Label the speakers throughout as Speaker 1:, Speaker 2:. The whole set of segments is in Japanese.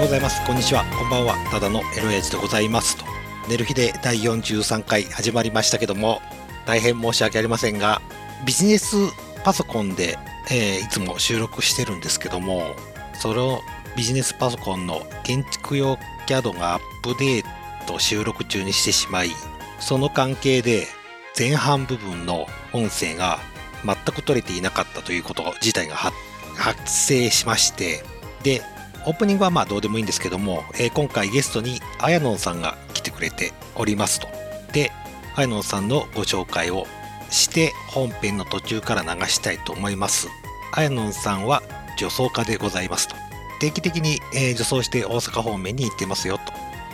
Speaker 1: ございますこんにちはこんばんはただのエロエジでございますと寝る日で第43回始まりましたけども大変申し訳ありませんがビジネスパソコンで、えーいつも収録してるんですけどもそれをビジネスパソコンの建築用 CAD がアップデート収録中にしてしまいその関係で前半部分の音声が全く取れていなかったということ自体が発発生しましてでオープニングはまあどうでもいいんですけども、えー今回ゲストにあやのんさんが来てくれておりますとであやのんさんのご紹介をして本編の途中から流したいと思いますあやのんさんは女装家でございますと定期的に、えー女装して大阪方面に行ってますよと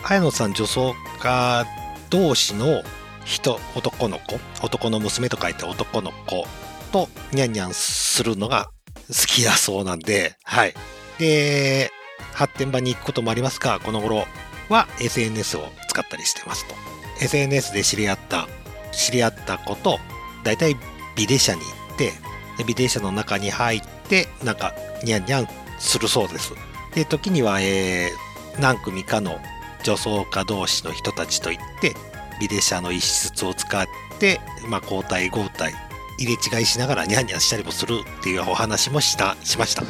Speaker 1: あやのんさん女装家同士の人男の子男の娘と書いて男の子とニャンニャンするのが好きだそうなんではいで発展場に行くこともありますがこの頃は SNS を使ったりしてますと SNS で知り合った知り合った子と大体ビデ社に行ってでビデ社の中に入ってなんかニャンニャンするそうですで時には、えー何組かの女装家同士の人たちと行ってビデ社の一室を使って、まあ、交代交代入れ違いしながらニャンニャンしたりもするっていうお話もしたしました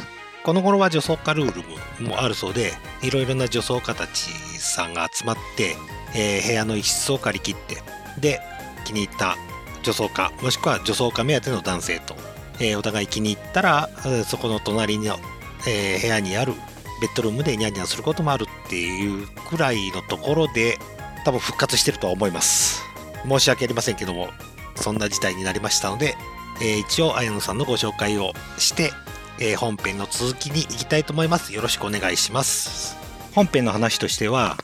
Speaker 1: この頃は女装家ルールもあるそうでいろいろな女装家たちさんが集まって、えー部屋の一室を借り切ってで気に入った女装家もしくは女装家目当ての男性と、えーお互い気に入ったらえーそこの隣の、えー部屋にあるベッドルームでニャンニャンすることもあるっていうくらいのところで多分復活してるとは思います申し訳ありませんけどもそんな事態になりましたので、えー一応綾野さんのご紹介をしてえー本編の続きに行きたいと思います。よろしくお願いします。本編の話としては、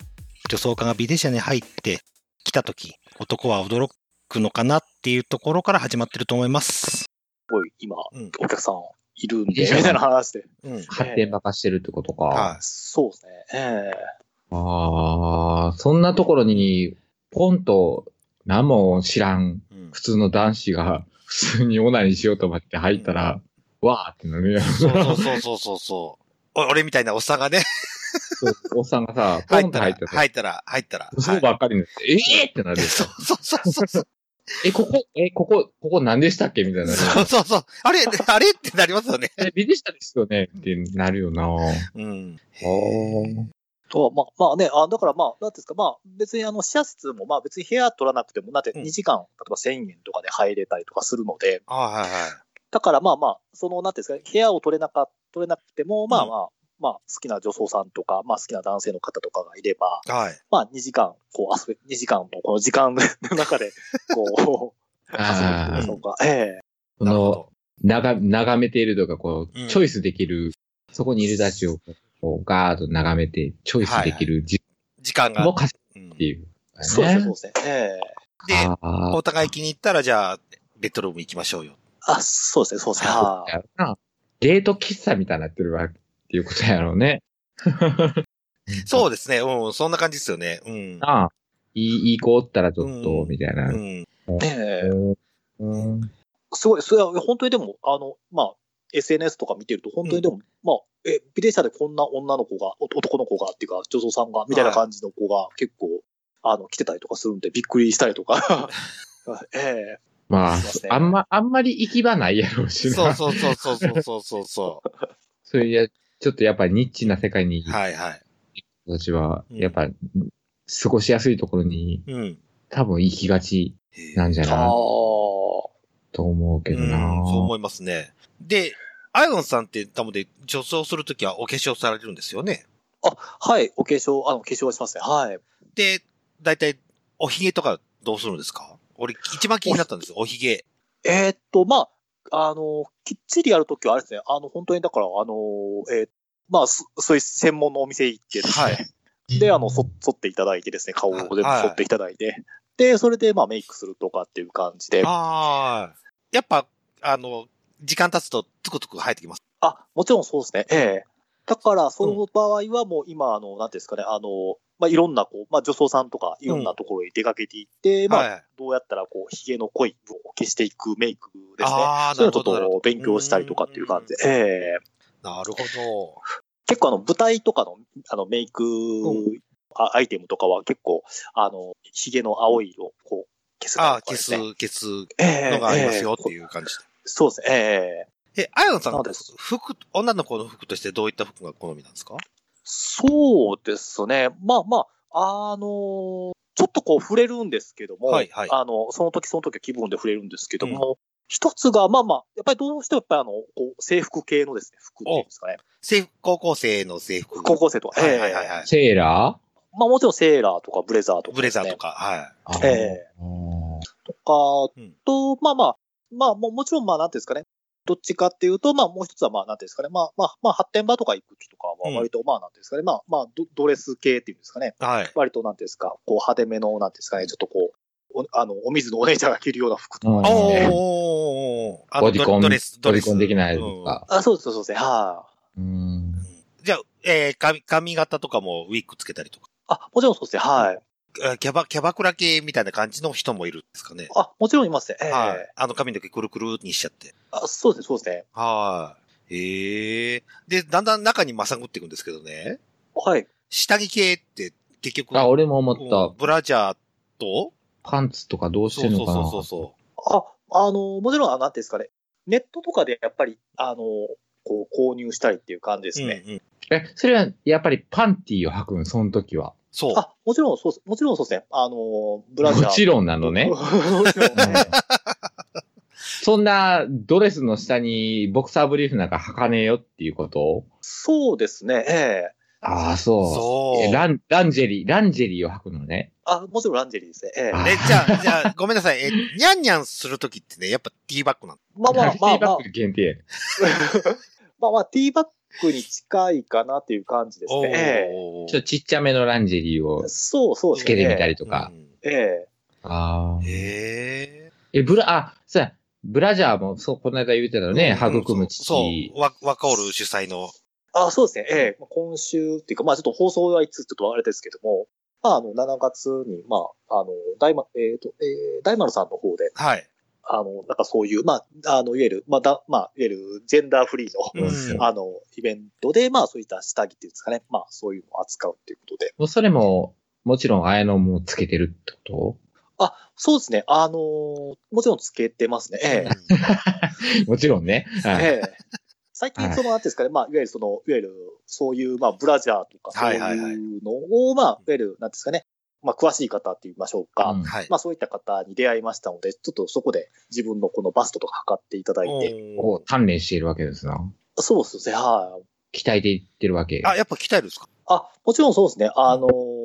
Speaker 1: 女装家がビデ社に入ってきたとき、男は驚くのかなっていうところから始まってると思います。
Speaker 2: すごい今、
Speaker 1: うん
Speaker 2: お客さんいるん
Speaker 3: いい
Speaker 2: で、み
Speaker 3: じゃん
Speaker 2: たいな話で。
Speaker 1: うん。
Speaker 3: 発展ばかしてるってことか。
Speaker 1: は
Speaker 2: そうですね。え
Speaker 3: ああ、そんなところに、ポンと、何も知らん、
Speaker 1: い。うん
Speaker 3: 普通の男子が、普通にオナにしようと思って入ったら、わーってなるやん。
Speaker 1: そうそうそうそうそう。お俺みたいなおっさんがね、
Speaker 3: おっさんがさ、ポ
Speaker 1: 入
Speaker 3: ン
Speaker 1: っ
Speaker 3: と
Speaker 1: た
Speaker 3: 入っ
Speaker 1: ら
Speaker 3: て、たら、
Speaker 1: 入ったら、入ったら。
Speaker 3: そうばっかりになって、ええーってな
Speaker 1: はいで
Speaker 3: るやん。
Speaker 1: そうそうそうそうそう。
Speaker 3: え、ここ、え、ここ、ここ何でしたっけみたいな。
Speaker 1: そうそうそう。あれ、あれってなりますよね。
Speaker 3: え、ビデしたですよねってなるよな。
Speaker 1: うん。
Speaker 2: ーとは、まあ、まあね、あだからまあ、なんていうんですか、まあ、別にあの、シェア室も、まあ別に部屋取らなくても、なんて
Speaker 1: うん
Speaker 2: 2時間、例えば1000円とかで入れたりとかするので、
Speaker 1: あはいはい。
Speaker 2: だからまあまあ、その、なんていうんですか、部屋を取れなか、取れなくても、ま
Speaker 1: う
Speaker 2: あ
Speaker 1: ん
Speaker 2: まあ、まあ、好きな女装さんとか、まあ、好きな男性の方とかがいれば、
Speaker 1: はい。
Speaker 2: まあ、2時間、こう、遊べ、2時間も、この時間の 中で、こう、遊べるとい
Speaker 3: あ
Speaker 2: う
Speaker 3: あ、
Speaker 2: のが、ええ
Speaker 3: こ
Speaker 1: なるほ
Speaker 3: の、
Speaker 1: ど
Speaker 3: 眺眺めているとか、こう、
Speaker 1: うん
Speaker 3: チョイスできる、そこにいるたちを、こう、ガーッと眺めて、チョイスできる時
Speaker 1: 時間
Speaker 3: 間
Speaker 1: が。
Speaker 3: も貸し
Speaker 1: うん
Speaker 3: っていう。
Speaker 2: そうですね、
Speaker 3: ね
Speaker 2: そうですね。ええ
Speaker 1: で、
Speaker 3: あ
Speaker 1: お互い気に入ったら、じゃあ、ベッドルーム行きましょうよ。
Speaker 2: あ、そうですね、そうですね。
Speaker 3: あ
Speaker 2: は、い
Speaker 3: やるなデート喫茶みたいになってるわけっていうことやろうね。
Speaker 1: そううですね。うん、そんな感じですよね。うん。
Speaker 3: なあ。いい、いい子おったらちょっ
Speaker 1: う
Speaker 3: と、
Speaker 1: ん
Speaker 3: みたいうな。
Speaker 1: ん。
Speaker 2: ねえ
Speaker 3: うん
Speaker 2: すごい、それは本当にでも、あの、まあ、SNS とか見てると、本当にでも、まあ、え、ビデ社でこんな女の子が、お男の子がっていうか、女装さんが、みたいな感じの子が結構、あの、来てたりとかするんで、びっくりしたりとか。 ええ
Speaker 3: まあ
Speaker 2: そうですね、
Speaker 3: あんま、あんまり行き場ないやろうしな。
Speaker 1: そうそうそうそうそうそうそうそ。
Speaker 3: そういうや、ちょっとやっぱりニッチな世界にいうる
Speaker 1: はいはい。
Speaker 3: 人たちは、
Speaker 1: うん
Speaker 3: やっぱ、過ごしやすいところに、
Speaker 1: うん。
Speaker 3: 多分行きがちなんじゃ
Speaker 2: ああ
Speaker 3: ないと思うけど
Speaker 1: うん、
Speaker 3: な。
Speaker 1: そう思いますね。で、アイオンさんって多分で女装するときはお化粧されるんですよね。
Speaker 2: はい、お化粧、あの、化粧はしますね。はい。
Speaker 1: で、だいたいおひげとかどうするんですか俺一番気になったんですよ、おひげ。
Speaker 2: えーっと、まあ、あの、きっちりやるときはあれですね、あの、本当にだから、あの、えーまあ、そそういう専門のお店行ってですね、
Speaker 1: はい
Speaker 2: で、あの、そ、剃っていただいてですね、顔を全部
Speaker 1: はい
Speaker 2: 剃っていただいて、で、それで、まあ、メイクするとかっていう感じで、あ
Speaker 1: ああ。やっぱ、あの、時間経つとつくつく生えてきます。
Speaker 2: もちろんそうですね、ええ。だから、その場合はもう今、あの、なんていうんですかね、あの、まあ、いろんな、こう、まあ、女装さんとか、いろんなところに出かけていって、まあ、
Speaker 1: はい。
Speaker 2: どうやったら、こう、髭の濃い部分を消していくメイクですね。
Speaker 1: ああ、
Speaker 2: そ
Speaker 1: な
Speaker 2: ういう
Speaker 1: る
Speaker 2: のちょ
Speaker 1: ほ
Speaker 2: っ
Speaker 1: ど。なるほ
Speaker 2: と
Speaker 1: ど
Speaker 2: 勉強したりとかっていう感じで、ええ
Speaker 1: なるほど。
Speaker 2: 結構あの舞台とかのあのメイクあアイテムとかは結構、あの、髭の青い色をこう消す
Speaker 1: ああ、
Speaker 2: と
Speaker 1: 消
Speaker 2: かです
Speaker 1: す
Speaker 2: ね、
Speaker 1: 消す
Speaker 2: ええ
Speaker 1: のがありますよって
Speaker 2: ええ
Speaker 1: いう感じ
Speaker 2: そうですね。ええ
Speaker 1: で。え、あやのさん
Speaker 2: そうです、
Speaker 1: 服、女の子の服としてどういった服が好みなんですか
Speaker 2: そうですね。まあまあ、あのーちょっとこう触れるんですけども、
Speaker 1: はいはい
Speaker 2: あの、その時その時は気分で触れるんですけども、一つが、まあまあ、やっぱりどうしてもやっぱりあの、こう制服系のですね、服っていうんですかね。
Speaker 1: 制服、高校生の制服。
Speaker 2: 高校生とか、
Speaker 1: はいはいはい
Speaker 2: ええ
Speaker 1: はい。
Speaker 3: セーラ
Speaker 2: まあもちろんセーラーとかブレザーとか、
Speaker 1: ブレザーと。か、はい。
Speaker 3: ーあ
Speaker 2: ええ
Speaker 3: ー
Speaker 2: とか
Speaker 1: うん
Speaker 2: と、まあまあ、まあもうもちろんまあなんていうんですかね、どっちかっていうと、まあもう一つはまあなんていうんですかね、まあまあ、まあ発展場とか行く時とかは割とまあなんていうんですかね、まあまあドドレス系っていうんですかね、
Speaker 1: はい。
Speaker 2: 割となんていうんですか、こう派手めのなんていうんですかね、ちょっとこう、おあの、お水のお姉ちゃんが着るような服とか。
Speaker 3: うん
Speaker 1: おー
Speaker 3: ね
Speaker 1: おーおーあの
Speaker 3: ボディコン、
Speaker 1: ド
Speaker 3: ボ
Speaker 1: レ
Speaker 3: デ
Speaker 1: ス、ドレ
Speaker 3: ィ
Speaker 1: ス。
Speaker 3: コンできないやつとか。
Speaker 2: あ、そうです、そうですそうです、はい、
Speaker 3: うん
Speaker 1: うん。うんじゃあ、えー髪、髪型とかもウィッグつけたりとか、
Speaker 2: あ。もちろんそうですね、はい、
Speaker 1: あキャバ、キャバクラ系みたいな感じの人もいるんですかね。
Speaker 2: あ、もちろんいますね。ええ
Speaker 1: はい。あの髪の毛くるくるにしちゃって。
Speaker 2: あ。そうですね、そうですね。
Speaker 1: はい。ええで、だんだん中にまさぐっていくんですけどね。
Speaker 2: はい。
Speaker 1: 下着系って結局、
Speaker 3: あ、俺も思っ
Speaker 1: うん
Speaker 3: た。
Speaker 1: ブラジャーと、
Speaker 3: パンツとかどうし
Speaker 1: そ
Speaker 3: て
Speaker 1: うんそう
Speaker 3: のかな
Speaker 1: そうそ
Speaker 2: あ、あの、もちろん、あのなんていうんですかね、ネットとかでやっぱり、あの、こう、購入したりっていう感じで
Speaker 1: う。
Speaker 2: すね。
Speaker 1: うんうん
Speaker 3: え、それはやっぱりパンティーを履くん、その時は。
Speaker 1: そう。
Speaker 2: あ、もちろんそうです。もちろんそうですね。あの、ブラジャー。
Speaker 3: もちろんなのね
Speaker 2: も。ちろん
Speaker 3: うん
Speaker 2: ね
Speaker 3: そんなドレスの下にボクサーブリーフなんか履かねえよっていうこと
Speaker 2: そうですね。ええ
Speaker 3: ああ、そう。
Speaker 1: そう
Speaker 3: えラン、ランジェリー、ランジェリーを履くのね。
Speaker 2: あ、もちろんランジェリーですね。ええ
Speaker 3: あ
Speaker 1: え、じゃあ、じゃあ、ごめんなさい。え、にゃんにゃんするときってね、やっぱティーバッグなん
Speaker 2: まあまあ
Speaker 3: ランジ
Speaker 2: ま
Speaker 3: ェリ
Speaker 2: あま
Speaker 3: ーバ
Speaker 2: あ
Speaker 3: ッグ。限定。
Speaker 2: まあまあ、ティーバッグに近いかなっていう感じですね。ええ
Speaker 1: おー
Speaker 3: ちょっとちっちゃめのランジェリーを
Speaker 2: そうそうで
Speaker 3: つ
Speaker 2: すね。
Speaker 3: けてみた
Speaker 2: い。
Speaker 3: りとか
Speaker 1: う。ん
Speaker 2: ええ
Speaker 3: ああ。
Speaker 1: へえ。
Speaker 3: え、ブラ、あ、そうやブラジャーも、そう、この間言ってたのね、
Speaker 1: うん
Speaker 3: 育む父。
Speaker 1: そう。わ、ワカオル主催の。
Speaker 2: あ、そうですね。ええ今週っていうか、まあちょっと放送はいつちょっとあれですけども、まああの、7月に、まあ、あの、大丸、えっ、と、えー大丸さんの方で、
Speaker 1: はい。
Speaker 2: あの、なんかそういう、まあ、あの、いわゆる、まあ、だまあ、いわゆるジェンダーフリーの、
Speaker 1: うん
Speaker 2: あの、イベントで、まあそういった下着っていうんですかね、まあそういうのを扱うっていうことで、
Speaker 3: もうそれも、もちろん、綾野もつけてるってこ
Speaker 2: あ、そうですね。あのもちろんつけてますね。ええ
Speaker 3: と もちろんね。はい
Speaker 2: ええ。最近、その、なんていうんですかね、まあ、いわゆるその、いわゆる、そういう、まあ、ブラジャーとか、そう
Speaker 1: はいいはいはいう
Speaker 2: のを、まあ、いわゆる、なんていうんですかね、まあ、詳しい方って言いましょうか。
Speaker 3: うん
Speaker 1: はい。
Speaker 2: まあ、そういった方に出会いましたので、ちょっとそこで自分のこのバストとか測っていただいて、
Speaker 1: お
Speaker 3: を
Speaker 1: ー
Speaker 3: 鍛錬しているわけですな。
Speaker 2: そうですね、はい。
Speaker 3: 鍛えていってるわけ。
Speaker 1: あ、やっぱ鍛えるんですか
Speaker 2: あ、もちろんそうですね、あのー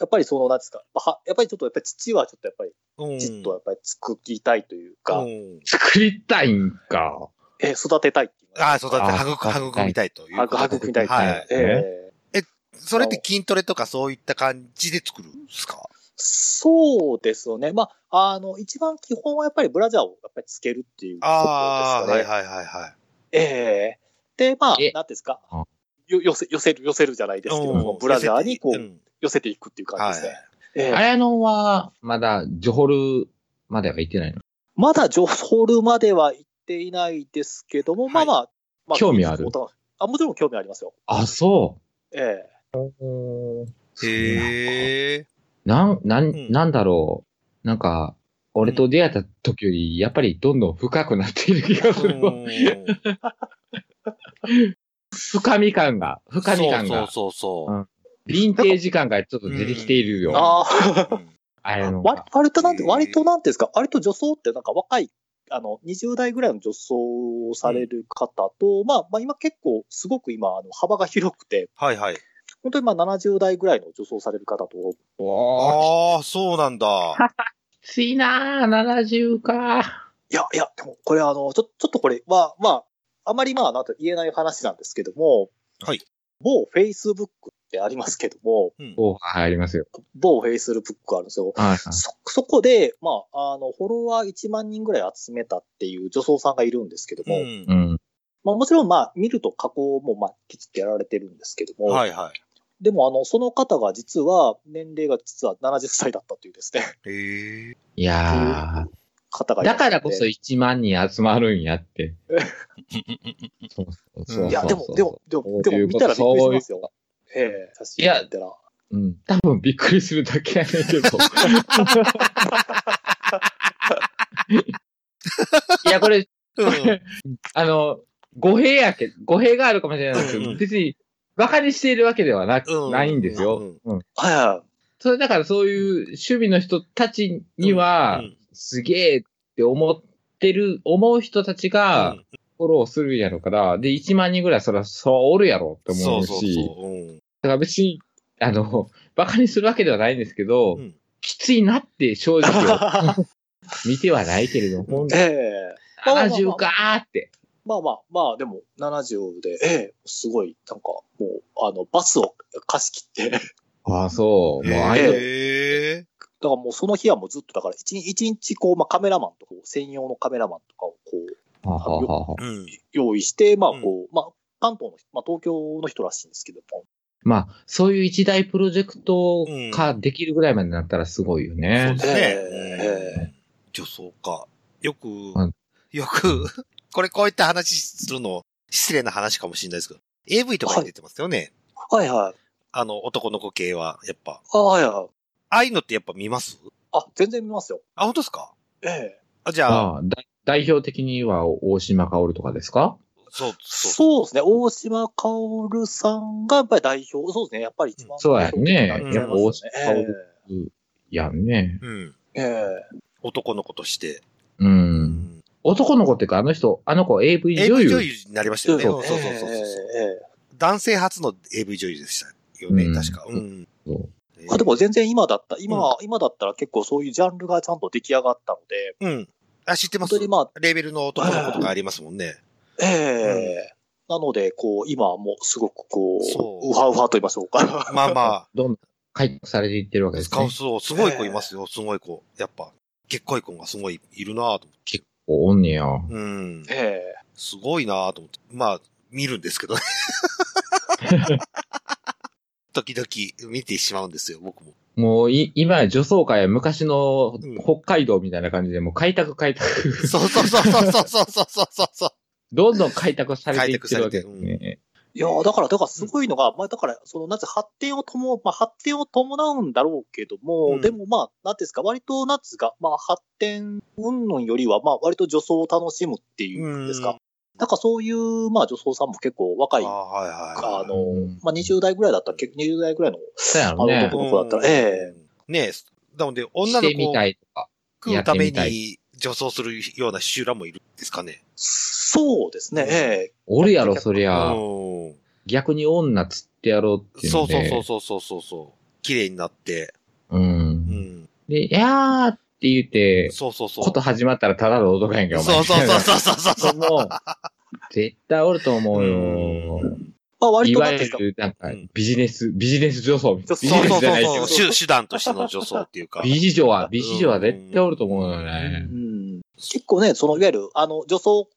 Speaker 2: やっぱりその、なんていうんですか、まあはやっぱりちょっと、やっぱり父はちょっとやっぱり、
Speaker 1: うん
Speaker 2: じっとやっぱり作りたいというか、
Speaker 1: うん
Speaker 3: 作りたいんか。
Speaker 2: え育てたいっていうの
Speaker 1: あ
Speaker 2: は
Speaker 1: あ、そうだって、育、育みたいという。
Speaker 2: はぐはぐみたいですね。
Speaker 1: はい
Speaker 2: ええ
Speaker 1: それって筋トレとかそういった感じで作るんですか
Speaker 2: そうですよね。まあ、あの、一番基本はやっぱりブラジャーをやっぱりつけるっていうこと
Speaker 1: ああ、
Speaker 2: ですか
Speaker 1: は
Speaker 2: ね。
Speaker 1: いはいはいは
Speaker 2: ええで、まあ、
Speaker 3: え
Speaker 2: なんていうんですか
Speaker 3: うん。
Speaker 2: よ寄せ、寄せる、寄せるじゃないですけど
Speaker 1: い。
Speaker 2: も、ブラジャーにこ
Speaker 1: う
Speaker 2: う、
Speaker 1: ん
Speaker 2: 寄せていくっていう感じですね。ええ
Speaker 3: 綾野は、まだ、ジョホルまでは行ってないの。
Speaker 2: まだジョホールまでは行っていないですけども、
Speaker 1: はい
Speaker 2: まあまあ、ま
Speaker 3: 興味ある
Speaker 2: お互いあ、もちろん興味ありますよ。
Speaker 3: あ、そ
Speaker 2: ええ
Speaker 3: う。
Speaker 1: へえ。
Speaker 3: なん、なん、
Speaker 1: うん
Speaker 3: なんだろう。なんか、俺と出会った時より、やっぱりどんどん深くなっている気がするわ。
Speaker 1: うん
Speaker 3: 深み感が、深み感が、
Speaker 1: そうそうう
Speaker 3: ヴィンテージ感がちょっと出てきている
Speaker 1: う
Speaker 3: よ
Speaker 1: ん。
Speaker 2: ああ、
Speaker 1: そう。うん
Speaker 3: 綾野
Speaker 2: 割
Speaker 3: が。
Speaker 2: 割となんて、
Speaker 1: へえ
Speaker 2: 割となんていうんですか、割と女装ってなんか若い、あの、20代ぐらいの女装をされる方と、まあ、まあ今結構、すごく今、あの、幅が広くて、
Speaker 1: はいはい。
Speaker 2: 本当にまあ70代ぐらいの女装される方と、
Speaker 3: おー、
Speaker 1: ああ、そうなんだ。
Speaker 3: きついなー、70か。
Speaker 2: いや、いや、でもこれあの、ちょ、ちょっとこれは、まあ、あまりまあ、なんと言えない話なんですけども、
Speaker 1: はい。
Speaker 2: 某 Facebook ってありますけども、
Speaker 1: うん
Speaker 3: おー、入りますよ。
Speaker 2: 某 Facebook あるんですよ。
Speaker 3: はいはい。
Speaker 2: そ、そこで、まあ、あの、フォロワー1万人ぐらい集めたっていう女装さんがいるんですけども、
Speaker 1: うん
Speaker 3: うん。
Speaker 2: まあ、もちろん、まあ、見ると加工も、まあ、きちっとやられてるんですけども、
Speaker 1: はいは
Speaker 2: でも、あの、その方が実は、年齢が実は70歳だったというですね、
Speaker 1: い。へえ。
Speaker 3: いやー、
Speaker 2: 方がいらっ
Speaker 3: だ
Speaker 2: しゃ
Speaker 3: か
Speaker 2: って
Speaker 3: らこそ1万人集まるんやって。そうそうそうそう
Speaker 1: い
Speaker 2: いや、でも、でも、で
Speaker 3: そうい
Speaker 2: も、
Speaker 3: う
Speaker 2: でも見たらびっくりします
Speaker 3: そ
Speaker 2: よ。ええ、写真
Speaker 3: いや
Speaker 2: 見たら。
Speaker 3: うん。多分びっくりするだけやねんけど。いや、これ、
Speaker 1: うん
Speaker 3: あの、語弊やけ、語弊があるかもしれないですけ
Speaker 1: うんう
Speaker 3: ど、
Speaker 1: ん
Speaker 3: 別に、馬鹿にしているわけではな,、
Speaker 1: うん
Speaker 3: ないんですよ。うん。
Speaker 2: はいは
Speaker 3: それだからそういう趣味の人たちには、
Speaker 1: うん
Speaker 3: すげえって思ってる、思う人たちが
Speaker 1: うん
Speaker 3: フォローするんやろから、で、1万人ぐらいそら、そうおるやろって
Speaker 1: そ
Speaker 3: 思う
Speaker 1: う
Speaker 3: し、
Speaker 1: そうそう。うん
Speaker 3: だから別に、あの、 馬鹿にするわけではないんですけど、
Speaker 1: うん
Speaker 3: きついなって正直見てはないけれ ども、
Speaker 2: い。ええ。まあまあまあ
Speaker 3: 70かーって。
Speaker 2: まあまあまあ、でも、70で、ええ、すごい、なんか、もう、あの、バスを貸し切って、だか
Speaker 3: ああ、そう。もうアイドル。
Speaker 1: へえ。
Speaker 2: らもうその日はもうずっと、だから一日、一日こう、まあカメラマンとかを、専用のカメラマンとかをこう、
Speaker 3: はあはあはあ
Speaker 1: うん。
Speaker 2: 用意して、まあこう、まあ、関東の人、まあ東京の人らしいんですけども、
Speaker 3: まあ、そういう一大プロジェクト化できるぐらいまでなったらすごいよね。
Speaker 1: そうです
Speaker 2: え
Speaker 1: ね。女装か。よく
Speaker 3: は、
Speaker 1: よく、 これこういった話するの失礼な話かもしれないですけど、AV とかに出てますよね。
Speaker 2: はいはい。
Speaker 1: あの、男の子系は、やっぱ。
Speaker 2: あはいはい。
Speaker 1: ああいうのってやっぱ見ます
Speaker 2: あ、全然見ますよ。
Speaker 1: あ、本当ですか
Speaker 2: ええ。
Speaker 1: あ、じゃあ、
Speaker 3: まあ、だ代表的には大島かおるとかですか
Speaker 1: そう、そう。
Speaker 2: そうですね。大島かおるさんがやっぱり代表、そうですね。やっぱり一番、
Speaker 3: そうやね
Speaker 2: 代表
Speaker 1: や
Speaker 2: になり
Speaker 1: っ
Speaker 3: ぱ
Speaker 2: ま
Speaker 3: 大
Speaker 2: す
Speaker 3: 島
Speaker 2: よ
Speaker 3: かおるやんね。
Speaker 1: うん。
Speaker 2: ええ。え
Speaker 1: 男の子として。
Speaker 3: う。。
Speaker 1: うん
Speaker 3: 男の子っていうか、あの人、あの子 AV 女
Speaker 1: AV 女
Speaker 3: 優。
Speaker 1: 優になりましたよね。
Speaker 2: え
Speaker 1: そうそうそうそうそう。
Speaker 2: えええ
Speaker 1: 男性初の AV 女優でしたよね、
Speaker 3: うん
Speaker 1: 確か。うん。
Speaker 3: そう
Speaker 2: あでも全然今だった、今は、今だったら結構そういうジャンルがちゃんと出来上がったので、
Speaker 1: うん。あ、知ってま
Speaker 2: 本
Speaker 1: す
Speaker 2: 当にまあ、
Speaker 1: レーベルの男の子とかありますもんね。
Speaker 2: ええなので、こう、今はもうすごくこ
Speaker 1: そう
Speaker 2: う、うはうはと言いましょうか。
Speaker 1: まあまあ、
Speaker 3: どんどん開拓されていってるわけです
Speaker 1: 使う
Speaker 3: ね。
Speaker 1: そう、すごい子いますよ、すごい子。やっぱ、結構い子がすごいいるなぁと思って。
Speaker 3: おんねや。
Speaker 1: うん。
Speaker 2: ええ
Speaker 1: すごいなぁと思って。まあ、見るんですけ どね。時々見てしまうんですよ、僕も。
Speaker 3: もうい、今や女装界は昔の
Speaker 1: うん
Speaker 3: 北海道みたいな感じで、もう開拓開拓、
Speaker 1: そうそうそうそうそうそうそうそうそう。
Speaker 3: どんどん開拓されていってるわけです
Speaker 1: 開拓され
Speaker 3: ね。
Speaker 2: いやーだから、だからすごいのが、まあだから、その、なんつう発展をとも、まあ発展を伴うんだろうけども、
Speaker 1: うん
Speaker 2: でもまあ、なんていうんですか、割と、なんていうんですか、まあ発展云々よりは、まあ割と女装を楽しむって いうんです
Speaker 1: う
Speaker 2: か。なんかそういう、まあ女装さんも結構若い、
Speaker 1: あ
Speaker 2: ま
Speaker 1: はいはいはい。
Speaker 2: あの
Speaker 3: うん
Speaker 2: あ20代ぐらいだったら、結構20代ぐらいの
Speaker 3: そうやろ
Speaker 2: あ
Speaker 3: ね
Speaker 2: の。男の子だったらえ
Speaker 1: え。ねえ、なので、
Speaker 3: し
Speaker 1: 女の
Speaker 3: て
Speaker 1: 子
Speaker 3: み
Speaker 1: を
Speaker 3: たいとか。
Speaker 1: 食うため
Speaker 3: やって
Speaker 1: に女装するような集団もいるんですかね。
Speaker 2: そうですね、ええ
Speaker 3: おるやろ、そり
Speaker 1: うん
Speaker 3: ゃ。。逆に女釣ってやろうっていう
Speaker 1: そ
Speaker 3: の
Speaker 1: う
Speaker 3: で。
Speaker 1: そうそうそうそうそうそう。綺麗になって。
Speaker 3: う。。
Speaker 1: うんん。
Speaker 3: で、いやーって言って、
Speaker 1: そうそうそう。
Speaker 3: こと始まったらただの男やんけ、お前。
Speaker 1: そうそうそうそうそうそう。
Speaker 3: う。 もう、絶対おると思うよ。
Speaker 2: まあ割
Speaker 3: い
Speaker 2: と、な
Speaker 3: わ
Speaker 2: んていうん
Speaker 3: ゆ
Speaker 2: ですか、
Speaker 3: る、なんか
Speaker 1: うん、
Speaker 3: ビジネス、ビジネス女装みたいな。ビ
Speaker 1: そ
Speaker 3: ジ
Speaker 1: う
Speaker 3: ネ
Speaker 1: そう
Speaker 3: スじ
Speaker 1: そうそう。
Speaker 3: ゃないけど。
Speaker 1: 手手段としての女装って いうか。
Speaker 3: 美女は、美女は絶対おると思うよね。
Speaker 2: うん、結構ね、そのいわゆるあの女装、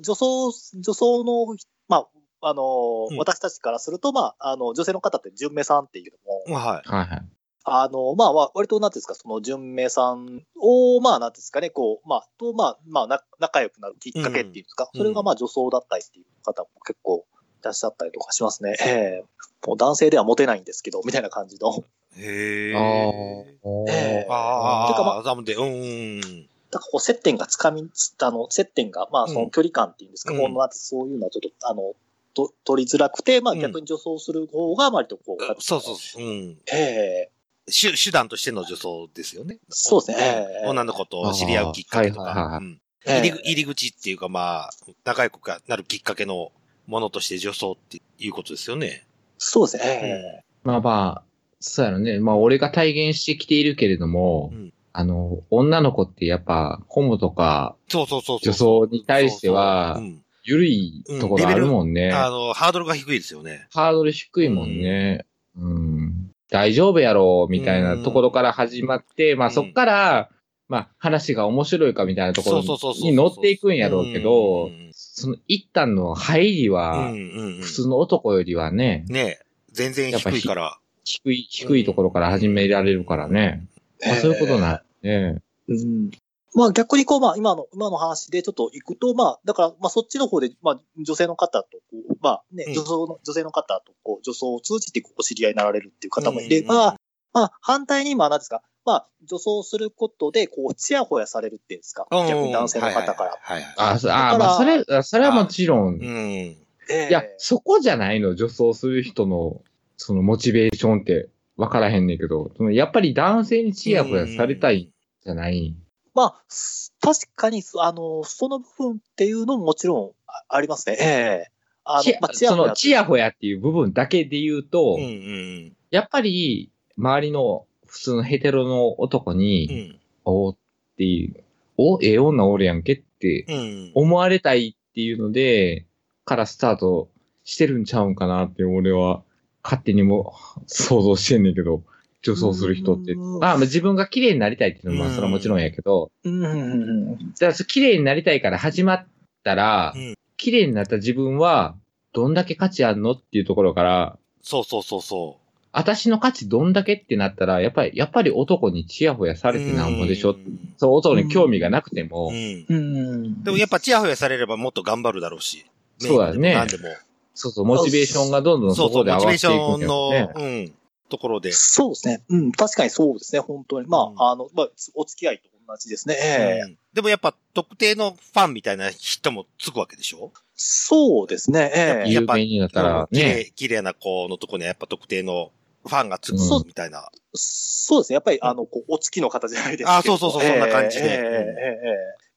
Speaker 2: 女装、女装の、まああの
Speaker 1: うん
Speaker 2: 私たちからすると、まああの、女性の方って純明さんっていうけども、
Speaker 1: は
Speaker 3: はいはい。
Speaker 2: あのまあ、わ割となんていうんですか、その純明さんを、まあ、なんていうんですかね、こうまあ、と、まあまあ、な仲良くなるきっかけっていうんですか、
Speaker 1: うん
Speaker 2: それがまあ女装だったりっていう方も結構いらっしゃったりとかしますね。ええもう男性ではモテないんですけど、みたいな感じの。
Speaker 1: い。へえ。
Speaker 3: あ
Speaker 2: え
Speaker 1: あ
Speaker 2: え
Speaker 1: あ。
Speaker 2: てか
Speaker 1: あ
Speaker 2: ま
Speaker 1: あ。ダメで、うんうん。
Speaker 2: だからこう接点がつかみ、つあの、接点が、まあ、その距離感っていうんですか、
Speaker 1: うん
Speaker 2: この後そういうのはちょっと、あの、と取りづらくて、まあ
Speaker 1: うん
Speaker 2: 逆に女装する方が割とこう、
Speaker 1: そうそうそう。うん。
Speaker 2: ええ
Speaker 1: 手手段としての女装ですよね。
Speaker 2: そうですねええ
Speaker 1: 女の子と知り合うきっかけと
Speaker 3: ああはいはい
Speaker 1: か
Speaker 3: は。い
Speaker 1: うん
Speaker 2: ええ
Speaker 1: 入り入り口っていうかまあ、仲良くなるきっかけのものとして女装っていうことですよね。
Speaker 2: そうですね、ええ
Speaker 3: まあまあ、そうやろね。まあ、俺が体現してきているけれども、
Speaker 1: うん
Speaker 3: あの、女の子ってやっぱ、ホモとか、
Speaker 1: そうそうそうそう。
Speaker 3: 女装に対しては
Speaker 1: そうそううん
Speaker 3: ゆるいところあるもんね。
Speaker 1: あの、ハードルが低いですよね。
Speaker 3: ハードル低いもんね。うん。大丈夫やろ、みたいなところから始まって、まあ
Speaker 1: うん
Speaker 3: そっから、まあ話が面白いかみたいなところ
Speaker 1: そうそうそうそう
Speaker 3: に乗っていくんやろうけ
Speaker 1: う
Speaker 3: ど
Speaker 1: ん、
Speaker 3: その一旦の入りは、
Speaker 1: うんうん
Speaker 3: 普通の男よりはね、
Speaker 1: ねえ、全然低いから。
Speaker 3: 低い、低いところから始められるからね。まあそういうことなんね。
Speaker 2: うん。まあ逆にこう、まあ今の、今の話でちょっと行くと、まあだから、まあそっちの方で、まあ女性の方とこう、まあね、
Speaker 1: うん
Speaker 2: 女装の、女性の方とこう、女装を通じてこうお知り合いになられるっていう方もいれば、
Speaker 1: うんうんうん
Speaker 2: まあ反対に今何ですか、まあ女装することで、こう、ちやほやされるっていうんですか、
Speaker 1: うん
Speaker 2: 逆に男性の方から。
Speaker 1: はいはいはい
Speaker 3: あ、そあ
Speaker 2: だから
Speaker 3: まあ、それ、あそれはもちろん。
Speaker 1: う
Speaker 3: い
Speaker 1: ん。
Speaker 2: ええ
Speaker 3: や、そこじゃないの、女装する人の、そのモチベーションって分からへんねんけど、そのやっぱり男性にチヤホヤされたいんじゃない、
Speaker 2: まあ、す確かに、あの、その部分っていうのももちろんあありますね。ええあ
Speaker 3: ち
Speaker 2: の
Speaker 3: や、
Speaker 2: まあ、ちや
Speaker 3: そ
Speaker 2: ほや
Speaker 3: の。チヤホヤっていう部分だけで言うと、
Speaker 1: うんうん
Speaker 3: やっぱり周りの普通のヘテロの男
Speaker 1: う
Speaker 3: に、
Speaker 1: ん
Speaker 3: おーっていう、お、ええ女おるやんけって
Speaker 1: うん
Speaker 3: 思われたいっていうので、からスタートしてるんちゃうんかなって、俺は勝手にも想像してんねんけど、女装する人って。
Speaker 2: うん
Speaker 3: まあ、自分が綺麗になりたいっていうの
Speaker 1: う
Speaker 3: は、
Speaker 1: ん
Speaker 3: それはもちろんやけど、
Speaker 2: うんうんうんうん。
Speaker 3: だから綺麗になりたいから始まったら
Speaker 1: うん、
Speaker 3: 綺麗になった自分は、どんだけ価値あんのっていうところから、
Speaker 1: そうそうそうそ
Speaker 3: 私の価値どんだけってなったら、やっぱり、やっぱり男にチヤホヤさ
Speaker 1: う。
Speaker 3: れてなんぼでし
Speaker 1: う
Speaker 3: ょ。
Speaker 1: ん
Speaker 3: そう、男に興味がなくても、
Speaker 1: うん
Speaker 2: うん
Speaker 1: でもやっぱチヤホヤされればもっと頑張るだろうし。
Speaker 3: そうだね
Speaker 1: メイクでも何で
Speaker 3: そうそう、モチベーションがどんど
Speaker 1: も。
Speaker 3: ん
Speaker 1: そ
Speaker 3: そう
Speaker 1: そ
Speaker 3: こ
Speaker 1: う、
Speaker 3: で上
Speaker 1: モチベ
Speaker 3: が
Speaker 1: ー
Speaker 3: って
Speaker 1: シ
Speaker 3: いくん
Speaker 1: ョ
Speaker 3: だ
Speaker 1: ン
Speaker 3: よ
Speaker 1: の、
Speaker 3: ね。
Speaker 1: うん、ところで。
Speaker 2: そうですね。うん、確かにそうですね、本当に。まあ、あの、まあ、お付き合いと同じですね。ええ
Speaker 1: うんでもやっぱ特定のファンみたいな人もつくわけでしょ
Speaker 2: そうですね、ええ
Speaker 1: やっ
Speaker 3: 有
Speaker 1: ぱ
Speaker 3: 名になったら
Speaker 1: 綺
Speaker 3: ね、
Speaker 1: 麗、綺麗な子のとこにはやっぱ特定のファンがつく
Speaker 3: うん
Speaker 1: みたいな。
Speaker 2: そうですね、やっぱり、あの、こう、お付きの方じゃないですけど
Speaker 1: あそうそうそうそんな感じで
Speaker 2: えええええ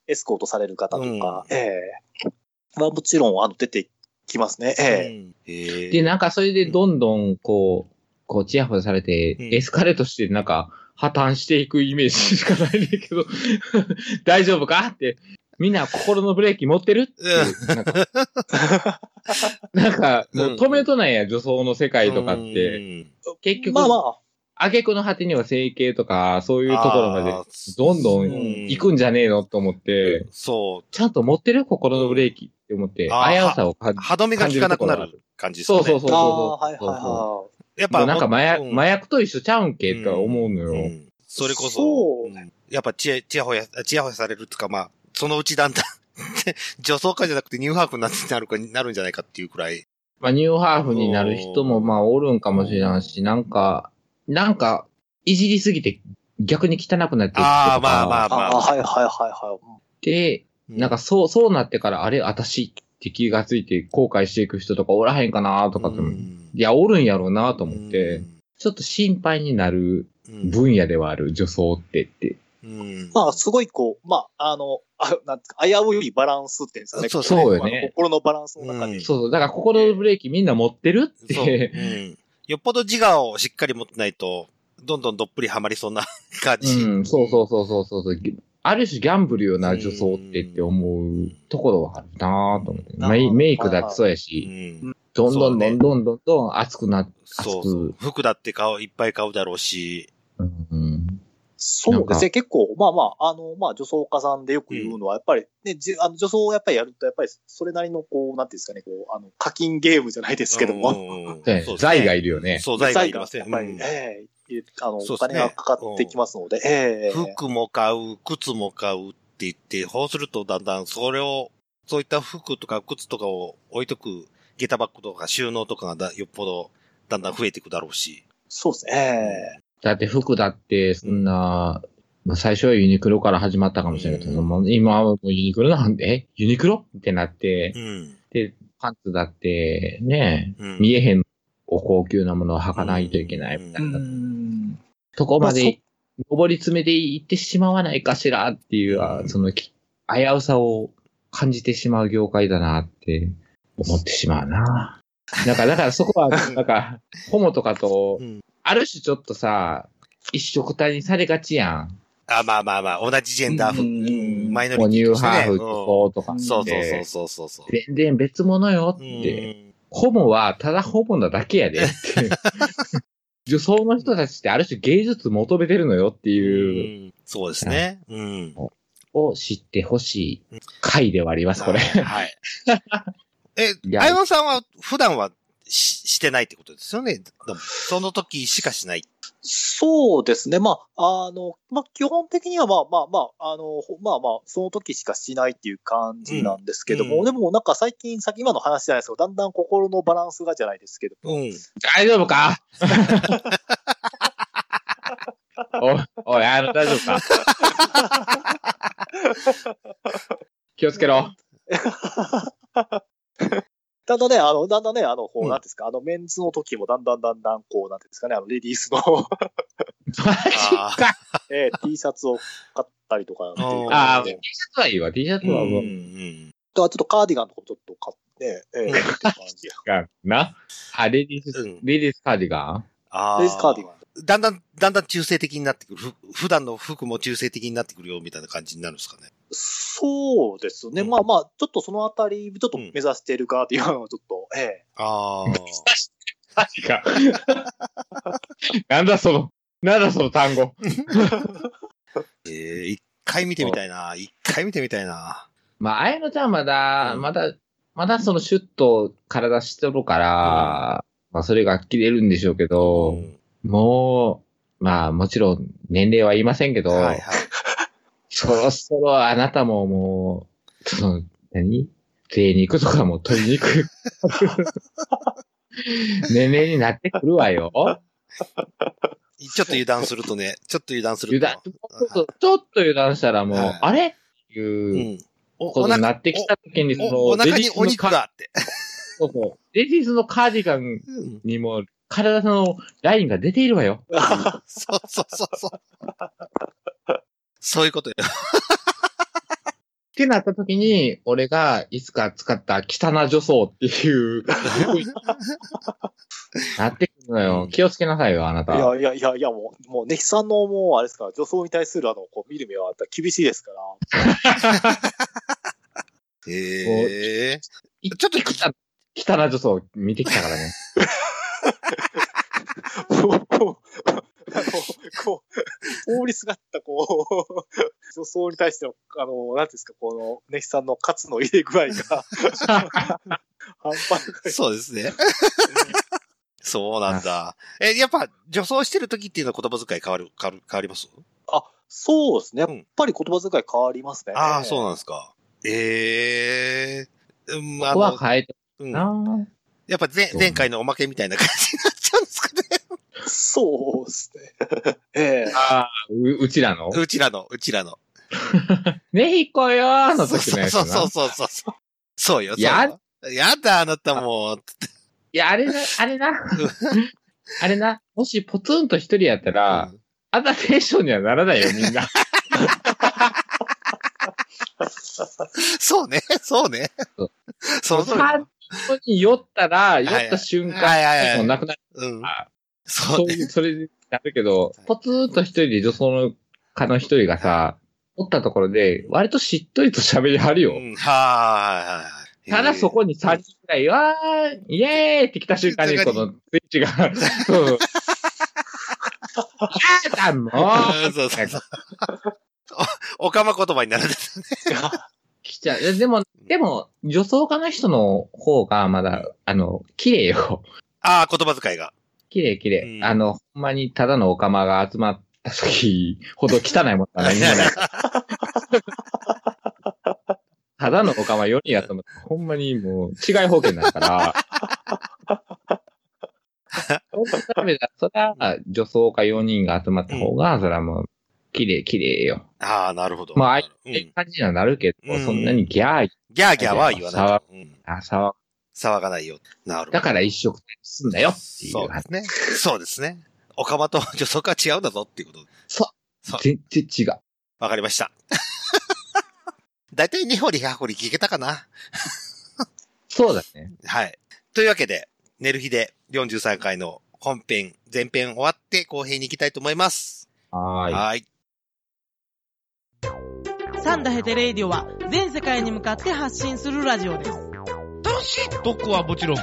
Speaker 2: えエスコートされる方とか、
Speaker 1: うん
Speaker 2: ええまあ、もちろん、あの、出てきますね。ええ
Speaker 1: うんへえ
Speaker 3: で、なんかそれでどんどんこう、こう、チヤホヤされて、
Speaker 1: うん
Speaker 3: エスカレートして、なんか、破綻していくイメージしかないんだけど、 大丈夫かって、みんな心のブレーキ持ってるっていう、なんか、なんかもう止めとないや、女装の世界とかって、結局
Speaker 2: まあまあ、
Speaker 3: 挙句の果てには整形とか、そう
Speaker 1: う
Speaker 3: い
Speaker 1: ん、
Speaker 3: うところまで
Speaker 1: あー
Speaker 3: どんどん行くんじゃねえのと思っ
Speaker 1: う
Speaker 3: て
Speaker 1: ん、そ
Speaker 3: ちゃんと持ってる心のブレーキって思って、危
Speaker 1: あー
Speaker 3: うさを感
Speaker 1: う。
Speaker 3: じ
Speaker 1: 歯止めが効かなくなる感じですか
Speaker 3: そう
Speaker 1: ね。
Speaker 3: そうそうそうそう。
Speaker 2: ああー、はいはいはい。
Speaker 1: やっ
Speaker 3: も
Speaker 1: ぱ、
Speaker 3: うなんか麻薬,、
Speaker 1: うん
Speaker 3: 麻薬と一緒ちゃうんけとは思うのよ。
Speaker 1: うんそれこ
Speaker 2: そ
Speaker 1: そ、
Speaker 2: う
Speaker 1: うんやっぱチヤ、チヤホヤ、チヤホヤされるっていうか、まあ、そのうちだんだん、女装家じゃなくてニューハーフになってなるか、なるんじゃないかっていうくらい。
Speaker 3: まあ、ニューハーフになる人もまあおるんかもしれんし、なんか、なんか、いじりすぎて逆に汚くなっていくとか
Speaker 1: あーまあまあ
Speaker 2: ああ、はいはいはいはい。
Speaker 3: で、なんかそう、そうなってから、あれ、私って気がついて後悔していく人とかおらへんかなとかって、いや、おるんやろうなと思って、ちょっと心配になる
Speaker 1: うん、うん
Speaker 3: 分野ではある、女装ってって。
Speaker 1: うん
Speaker 2: まあ、すごいこう、まあ、あの、あなんつうか、危ういバランスっていうんですかね。
Speaker 1: そう
Speaker 2: こ
Speaker 3: そうよね
Speaker 2: あの心のバランスの中
Speaker 1: う
Speaker 2: で
Speaker 1: ん。
Speaker 3: そうそう、だから心のブレーキみんな持ってるっ
Speaker 1: そう、
Speaker 3: て。
Speaker 1: うん。よっぽど自我をしっかり持ってないと、どんどんどっぷりハマりそうな 感じ。
Speaker 3: うん、そうそうそうそうそうそう。ぎある種ギャンブルよな、女装ってって思うところはあるなぁと思って。
Speaker 2: うん
Speaker 3: メイメイクだ
Speaker 2: あ
Speaker 3: っ
Speaker 2: ー
Speaker 3: てそうや
Speaker 1: う
Speaker 3: し、
Speaker 1: ん
Speaker 3: どんどん
Speaker 1: そう
Speaker 3: ど
Speaker 1: ね
Speaker 3: んどんどんどん熱くなって、熱
Speaker 1: そうそう
Speaker 3: く。
Speaker 1: 服だって買う、いっぱい買うだろうし。
Speaker 3: うん
Speaker 2: そうです
Speaker 3: なんか
Speaker 2: ね。結構、まあまあ、あの、まあ、女装家さんでよく言うのは、やっぱり、ね、じあの女装をやっぱりやると、やっぱり、それなりの、こう、なんていうんですかね、こう、あの、課金ゲームじゃないですけど
Speaker 1: う
Speaker 2: も、
Speaker 1: んうんうん
Speaker 3: そう
Speaker 1: そ
Speaker 3: や
Speaker 1: うですね
Speaker 3: 財がいるよね。
Speaker 1: そう、財
Speaker 2: 財
Speaker 1: が
Speaker 2: が
Speaker 1: い
Speaker 2: や
Speaker 1: りま
Speaker 2: っ
Speaker 1: せん。
Speaker 2: ぱり、
Speaker 1: うん
Speaker 2: ええあの、
Speaker 1: そう
Speaker 2: お
Speaker 1: ですね
Speaker 2: 金がかかってきますので、ええ
Speaker 1: 服も買う、靴も買うって言って、そうするとだんだんそれを、そういった服とか靴とかを置いとく、下駄バッグとか収納とかがだよっぽどだんだん増えていくだろうし。
Speaker 2: そうですね。ええ
Speaker 3: だって服だって、そんな、まあ最初はユニクロから始まったかもしれないけど、
Speaker 1: うん
Speaker 3: もう今はもうユニクロなんで、えユニクロってなって
Speaker 1: う、ん。
Speaker 3: で、パンツだって、ね、
Speaker 1: うん、
Speaker 3: 見
Speaker 1: え
Speaker 3: えへんお高級なものを履かないといけないみたいな。
Speaker 2: ん。
Speaker 3: そこま
Speaker 2: まあ
Speaker 3: で上り詰めていってしまわないかしらっていう、あそのき危うさを感じてしまう業界だなって思ってしまうな。なんか、だからそこ は、なんか、ホモとかと
Speaker 1: うん、
Speaker 3: ある種ちょっとさ、一色体にされがちやん。
Speaker 1: あ、まあまあまあ、同じジェンダー服、
Speaker 2: うん
Speaker 1: うんマイノ
Speaker 3: もう
Speaker 1: リ
Speaker 3: ニ
Speaker 1: ティ
Speaker 3: ュー
Speaker 1: として
Speaker 3: ハー
Speaker 1: ね。
Speaker 3: フ
Speaker 1: うん
Speaker 3: とかって。
Speaker 1: そうそうそうそうそう。
Speaker 3: 全然別物よ
Speaker 1: う
Speaker 3: って。
Speaker 1: ん
Speaker 3: ホモはただホモなだけやでって。 女装の人たちってある種芸術求めてるのよっていう
Speaker 1: うんそうですね。うん。
Speaker 3: を知ってほし い回ではあります、これ。
Speaker 1: はい。え
Speaker 3: い、や
Speaker 1: あやまさんは普段はししてないってことですよね。でもその時しかしない。
Speaker 2: そうですね。まあ、あの、まあ、基本的にはまあまあまあ、あの、ほまあまあ、その時しかしないっていう感じなんですけども、
Speaker 1: うん
Speaker 2: でもなんか最近、さっき今の話じゃないですけど、だんだん心のバランスがじゃないですけど、
Speaker 1: うん。
Speaker 3: 大丈夫かおい、 おい、あの、大丈夫か気をつけろ。
Speaker 2: だんだんね、あの、だんだんね、あの、こ
Speaker 1: う
Speaker 2: う、
Speaker 1: ん
Speaker 2: なんていうんですか、あの、メンズの時もだんだんだんだん、こう、なんていうんですかね、あの、レディースの、
Speaker 3: マジ
Speaker 1: あ
Speaker 3: か
Speaker 2: えー T シャツを買ったりとかっていう感
Speaker 3: あー、
Speaker 2: じ
Speaker 3: T シャ
Speaker 2: で、
Speaker 3: ツはいいわ、T シャツ
Speaker 1: うん
Speaker 3: はも
Speaker 1: う
Speaker 3: う。
Speaker 1: ん。
Speaker 2: あとはちょっとカーディガンとかもちょっと買って、えー
Speaker 1: うん
Speaker 2: っていう感じ
Speaker 3: がな。あ、レディース、
Speaker 1: うん
Speaker 3: レディースカーディガン
Speaker 1: あ
Speaker 2: レディースカーディガン。
Speaker 1: ン。だんだん、だんだん中性的になってくる。ふ普段の服も中性的になってくるよ、みたいな感じになるんですかね。
Speaker 2: そうですね。
Speaker 1: うん
Speaker 2: まあまあ、ちょっとそのあたり、ちょっと
Speaker 1: うん
Speaker 2: 目指してるかっていうのをちょっと、ええ
Speaker 1: あ
Speaker 3: マジか。 なんだその、なんだその単語。
Speaker 1: ー。えー、一回見てみたいな。一回見てみたいな。
Speaker 3: まあ、あやのちゃんまだ、
Speaker 1: うん
Speaker 3: まだ、まだそのシュッと体しとるから、まあ、それが切れるんでしょうけど、
Speaker 1: うん
Speaker 3: もう、まあ、もちろん年齢は言いませんけど、
Speaker 1: はいはい。
Speaker 3: そろそろあなたももう、その、何贅肉とかも取りにく い。年齢になってくるわよ。
Speaker 1: ちょっと油断するとね、 ちょっと油断す
Speaker 3: 油
Speaker 1: ると。
Speaker 3: 断、ちょっとちょっと油断したらもう、
Speaker 1: はい
Speaker 3: あれって
Speaker 1: う。
Speaker 3: いうん
Speaker 1: お
Speaker 3: こ
Speaker 1: お
Speaker 3: とにな
Speaker 1: 腹
Speaker 3: ってきた時に、その、
Speaker 1: おお腹
Speaker 3: レディ
Speaker 1: に
Speaker 3: ースの
Speaker 1: お肉
Speaker 3: カー
Speaker 1: があって。
Speaker 3: そうそうレディースのカーディガン
Speaker 1: うん
Speaker 3: にも、体のラインが出ているわよ。
Speaker 1: そうそうそうそう。そういうことよ。
Speaker 3: ってなった時に、俺がいつか使った汚女装って いう、なってくるの
Speaker 1: う
Speaker 3: よ
Speaker 1: ん。
Speaker 3: 気をつけなさいよ、あなた。
Speaker 2: いやいやいやいや、もう、もう、ネヒさんのもう、あれですから、女装に対する、あの、こう、見る目はやっぱ厳しいですから。
Speaker 1: へえ。
Speaker 3: ちょっと汚汚女装見てきたからね。
Speaker 2: もうもうあのこう、通りすがった、こう、女装に対しての、あの、なんていうんですか、この、ネヒさんのカツの入れ具合が、半端なく
Speaker 1: そうです ね。そうなんだ。え、やっぱ、女装してる時っていうのは言葉遣い変わる、変わる、変わります
Speaker 2: あ、そうですね。やっ
Speaker 1: うん
Speaker 2: ぱり言葉遣い変わりますね。
Speaker 1: ああ、そうなんですか。ええ。うん、あ
Speaker 3: ここは
Speaker 1: の、
Speaker 3: 変えて
Speaker 1: うん
Speaker 3: るな。
Speaker 1: やっぱ前前回のおまけみたいな感じになっちゃうんですかね。
Speaker 2: そうですね。ええ
Speaker 3: あううちらの
Speaker 1: うちらの、うちらの。
Speaker 3: ねひこよーの時のやつ
Speaker 1: そうそ
Speaker 3: な
Speaker 1: う。そうそうそう。そうよ、そう
Speaker 3: や
Speaker 1: よ。やだ、あなたもう。
Speaker 3: いや、あれな、あれな。あれな。もしポツンと一人やったら、
Speaker 1: うん
Speaker 3: アダテーションにはならないよ、みんな。
Speaker 1: そうね、そうね
Speaker 3: そ
Speaker 1: その
Speaker 3: う。
Speaker 1: 通りだ。
Speaker 3: 三人に酔ったら、
Speaker 1: い
Speaker 3: 酔った瞬間、
Speaker 1: はいはいはい
Speaker 3: テンションなくなる。
Speaker 1: うん
Speaker 3: あ。
Speaker 1: そ
Speaker 3: そうう
Speaker 1: ね。
Speaker 3: いう、それでなるけど、ポツンと一人で女装の家の一人がさ、おったところで、割としっとりと喋りはるよ。
Speaker 1: うんはーい。
Speaker 3: ただそこに3人くらい、わー、イエーイって来た瞬間に、このスイッ チが、そう。あーたもう
Speaker 1: うんそうそうそう。お おかま言葉になるんです。
Speaker 3: 来ちゃう。でも、でも、女装家の人の方が、まだ、あの、綺麗よ。
Speaker 1: ああ、言葉遣いが。
Speaker 3: 綺麗綺麗。
Speaker 1: うん
Speaker 3: あの、ほんまにただのオカマが集まった 時ほど汚いもんは何もない。ただのオカマ4人やったもん、ほんまにもう違い方形になるから。そのためだ、そりゃ、女装家4人が集まった方が、そりゃもう、綺麗綺麗よ。
Speaker 1: ああ、なるほど。
Speaker 3: まあああい
Speaker 1: うん
Speaker 3: って感じにはなるけど、
Speaker 1: うん
Speaker 3: そんなにギャー、
Speaker 1: ギャーギャーは言わないうん。
Speaker 3: 朝は、
Speaker 1: 騒がないよ。なるほど。
Speaker 3: だから一食すんだよっていう
Speaker 1: そうですね。そうですね。おかまと女装家は違うんだぞっていうこと。そう
Speaker 3: 全然違う。
Speaker 1: わかりました。 だいたい2掘り100掘り聞けたかな。
Speaker 3: そうだね。
Speaker 1: はい。というわけで、寝る日で43回の本編、前編終わって後編に行きたいと思います。
Speaker 3: はーい。
Speaker 1: はい。
Speaker 4: サンダヘテレーディオは全世界に向かって発信するラジオです。
Speaker 5: 楽しい特攻はもちろん、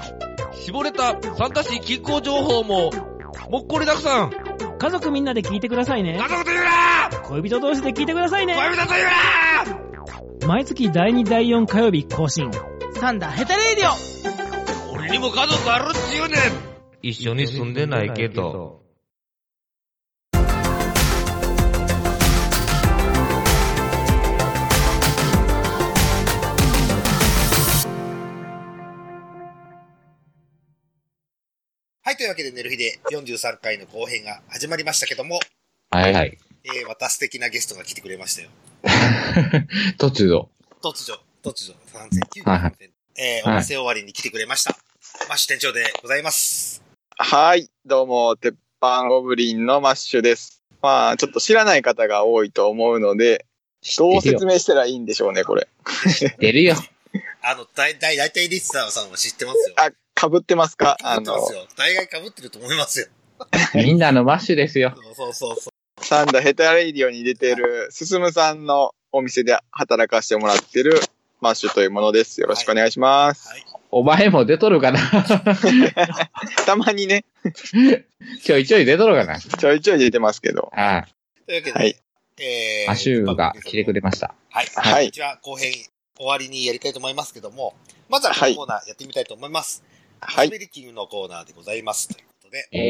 Speaker 5: 絞れたファンタシー気候情報も、もっこりたくさん
Speaker 4: 家族みんなで聞いてくださいね
Speaker 5: 家。族と言うな
Speaker 4: 恋人同士で聞いてくださいね。
Speaker 5: 恋人と言うな
Speaker 4: 毎月第2第4火曜日更新。サンダヘテレーディオ
Speaker 5: 俺俺にも家族あるっちゅうねん一緒に住んでないけど。
Speaker 1: はい、というわけで、寝る日で43回の後編が始まりましたけども、
Speaker 3: はいはい。
Speaker 1: えー、また素敵なゲストが来てくれましたよ。
Speaker 3: 途中の。
Speaker 1: 突如、突如、3900円、
Speaker 3: はいは
Speaker 1: えー、お店終わりに来てくれました。マッシュ店長でございます。
Speaker 6: はい、どうも、鉄板ゴブリンのマッシュです。まあ、ちょっと知らない方が多いと思うので、どう
Speaker 3: 出る
Speaker 6: 説
Speaker 3: よ。
Speaker 6: 明したらいいんでしょうね、これ。
Speaker 3: 出るよ。
Speaker 1: あの、だい、だい、だいたいリスナーさんは知ってますよ。
Speaker 6: あ、被ってますか
Speaker 1: 被
Speaker 6: あ
Speaker 1: ってま
Speaker 6: の、
Speaker 1: すよ。大概被ってると思いますよ。
Speaker 3: みんなのマッシュですよ。
Speaker 1: そうそうそうそ
Speaker 6: サンダヘタレイディオに出てる、すすむさんのお店で働かせてもらってるマッシュというものです。よろしくお願いします。
Speaker 1: はい
Speaker 3: お前も出とるかな
Speaker 6: たまにね、
Speaker 3: ちょいちょい出とるかな
Speaker 6: ちょいちょい出てますけど。
Speaker 3: あ
Speaker 1: う。というわけで、
Speaker 6: はい
Speaker 1: え
Speaker 3: あ、
Speaker 1: ー、
Speaker 3: マッシュが来てく
Speaker 1: れ。
Speaker 3: れました。
Speaker 1: はい。
Speaker 6: はい
Speaker 1: こちら後編終わりにやりたいと思いますけども、まずはこ
Speaker 6: は
Speaker 1: の
Speaker 6: い
Speaker 1: コーナーやってみたいと思います。
Speaker 6: は
Speaker 1: ス
Speaker 6: い。
Speaker 1: ペリキングのコーナーでございます。ということで、
Speaker 3: え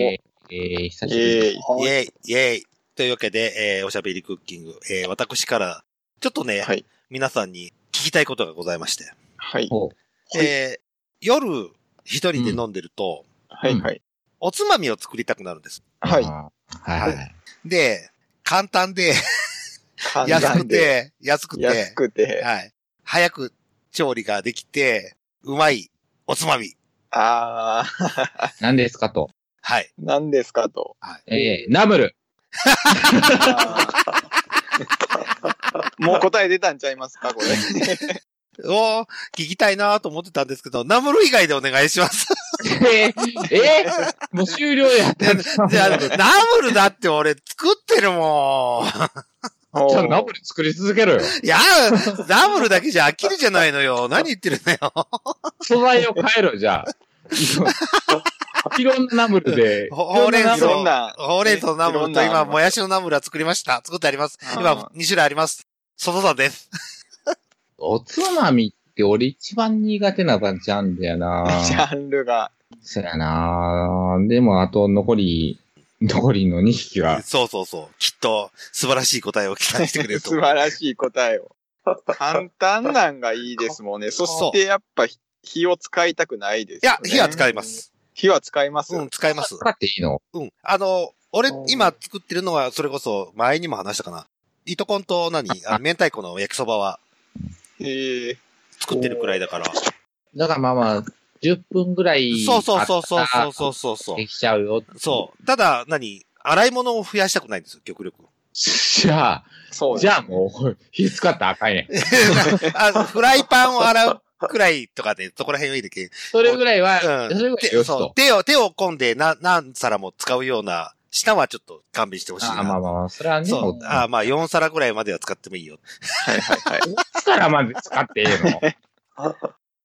Speaker 3: ー、えー、久しぶり。
Speaker 6: えー、
Speaker 1: イェイ、イェイ。というわけで、えー、おしゃべりクッキング、えー、私から、ちょっとね、
Speaker 6: はい
Speaker 1: 皆さんに聞きたいことがございまして、
Speaker 6: はい。
Speaker 3: お
Speaker 6: はい
Speaker 1: えー、夜、一人で飲んでると、
Speaker 6: はい。はい。
Speaker 1: おつまみを作りたくなるんです。
Speaker 6: はい。
Speaker 3: あーはいはい。
Speaker 1: で、簡単で、
Speaker 6: 簡
Speaker 1: 安
Speaker 6: 単
Speaker 1: く。て、安くて、
Speaker 6: 安くて。
Speaker 1: はい。早く調理ができて、うまいおつまみ。
Speaker 6: あ
Speaker 3: 何ですかと。
Speaker 1: はい。
Speaker 6: ー、何ですかと。
Speaker 3: えー、ナムル。
Speaker 6: もう答え出たんちゃいます か、これ。
Speaker 1: を聞きたいなと思ってたんですけど、ナムル以外でお願いします。
Speaker 3: えー、えー、もう終了やった。
Speaker 1: じゃあ、ナムルだって俺作ってるもん。
Speaker 3: じゃあナムル作り続けろよ。
Speaker 1: いや、ナムルだけじゃ飽きるじゃないのよ。何言ってるのよ。
Speaker 3: 素材を変えろ、じゃあ。 いろんなナムルで。 い
Speaker 1: ほ
Speaker 3: ろ
Speaker 1: ほうん
Speaker 3: な
Speaker 1: れん
Speaker 3: ナムル
Speaker 1: 草
Speaker 6: いろんな。
Speaker 1: ほうれん草のナムルと
Speaker 6: いろんな
Speaker 1: 今、もやしのナムルは作りました。作ってあります。今
Speaker 6: あ、
Speaker 1: 2種類あります。外さんです。
Speaker 3: おつまみって俺一番苦手なジャンルやな
Speaker 6: ジャンルが。
Speaker 3: そうやなでも、あと残り、残りの2匹が。
Speaker 1: そうそうそう。きっと、素晴らしい答えを期待してくれると
Speaker 6: 素
Speaker 1: 思う。
Speaker 6: 晴らしい 答えを。簡単なんがいいですもんね。そしてやっぱひ火を使いたくないです、
Speaker 1: いや、火は使
Speaker 6: い。
Speaker 1: います。
Speaker 6: 火は使います。
Speaker 1: うん、使います。
Speaker 3: 使っていいの
Speaker 1: うん。あの、俺、今作ってるのは、それこそ、前にも話したかな。糸コンと何あの明太子の焼きそばは
Speaker 6: ええ
Speaker 1: 作ってるくらいだから。
Speaker 3: だからまあまあ、10分ぐらい。
Speaker 1: そうそうそうそうそうそうそうそう
Speaker 3: で。きちゃうよ。
Speaker 1: そう。ただ、何洗い物を増やしたくないんですよ、極 力。
Speaker 3: じゃあ、
Speaker 6: そうです
Speaker 3: じゃあもう、火使ったらあかんやん。
Speaker 1: あフライパンを洗うくらいとかで、そこら辺はいいだけ。
Speaker 3: それぐらい
Speaker 1: う
Speaker 3: は、
Speaker 1: ん。
Speaker 3: それぐらい
Speaker 1: 手
Speaker 3: よし
Speaker 1: そう
Speaker 3: と。
Speaker 1: 手を、手を込んで、な、何皿も使うような、下はちょっと勘弁してほしいな。
Speaker 3: あまあまあまあ、それはね、
Speaker 1: そ
Speaker 3: も
Speaker 1: う。あまあ、4皿ぐらいまでは使ってもいいよ。
Speaker 6: はいはいはい。
Speaker 3: いつからまで使っていいのデ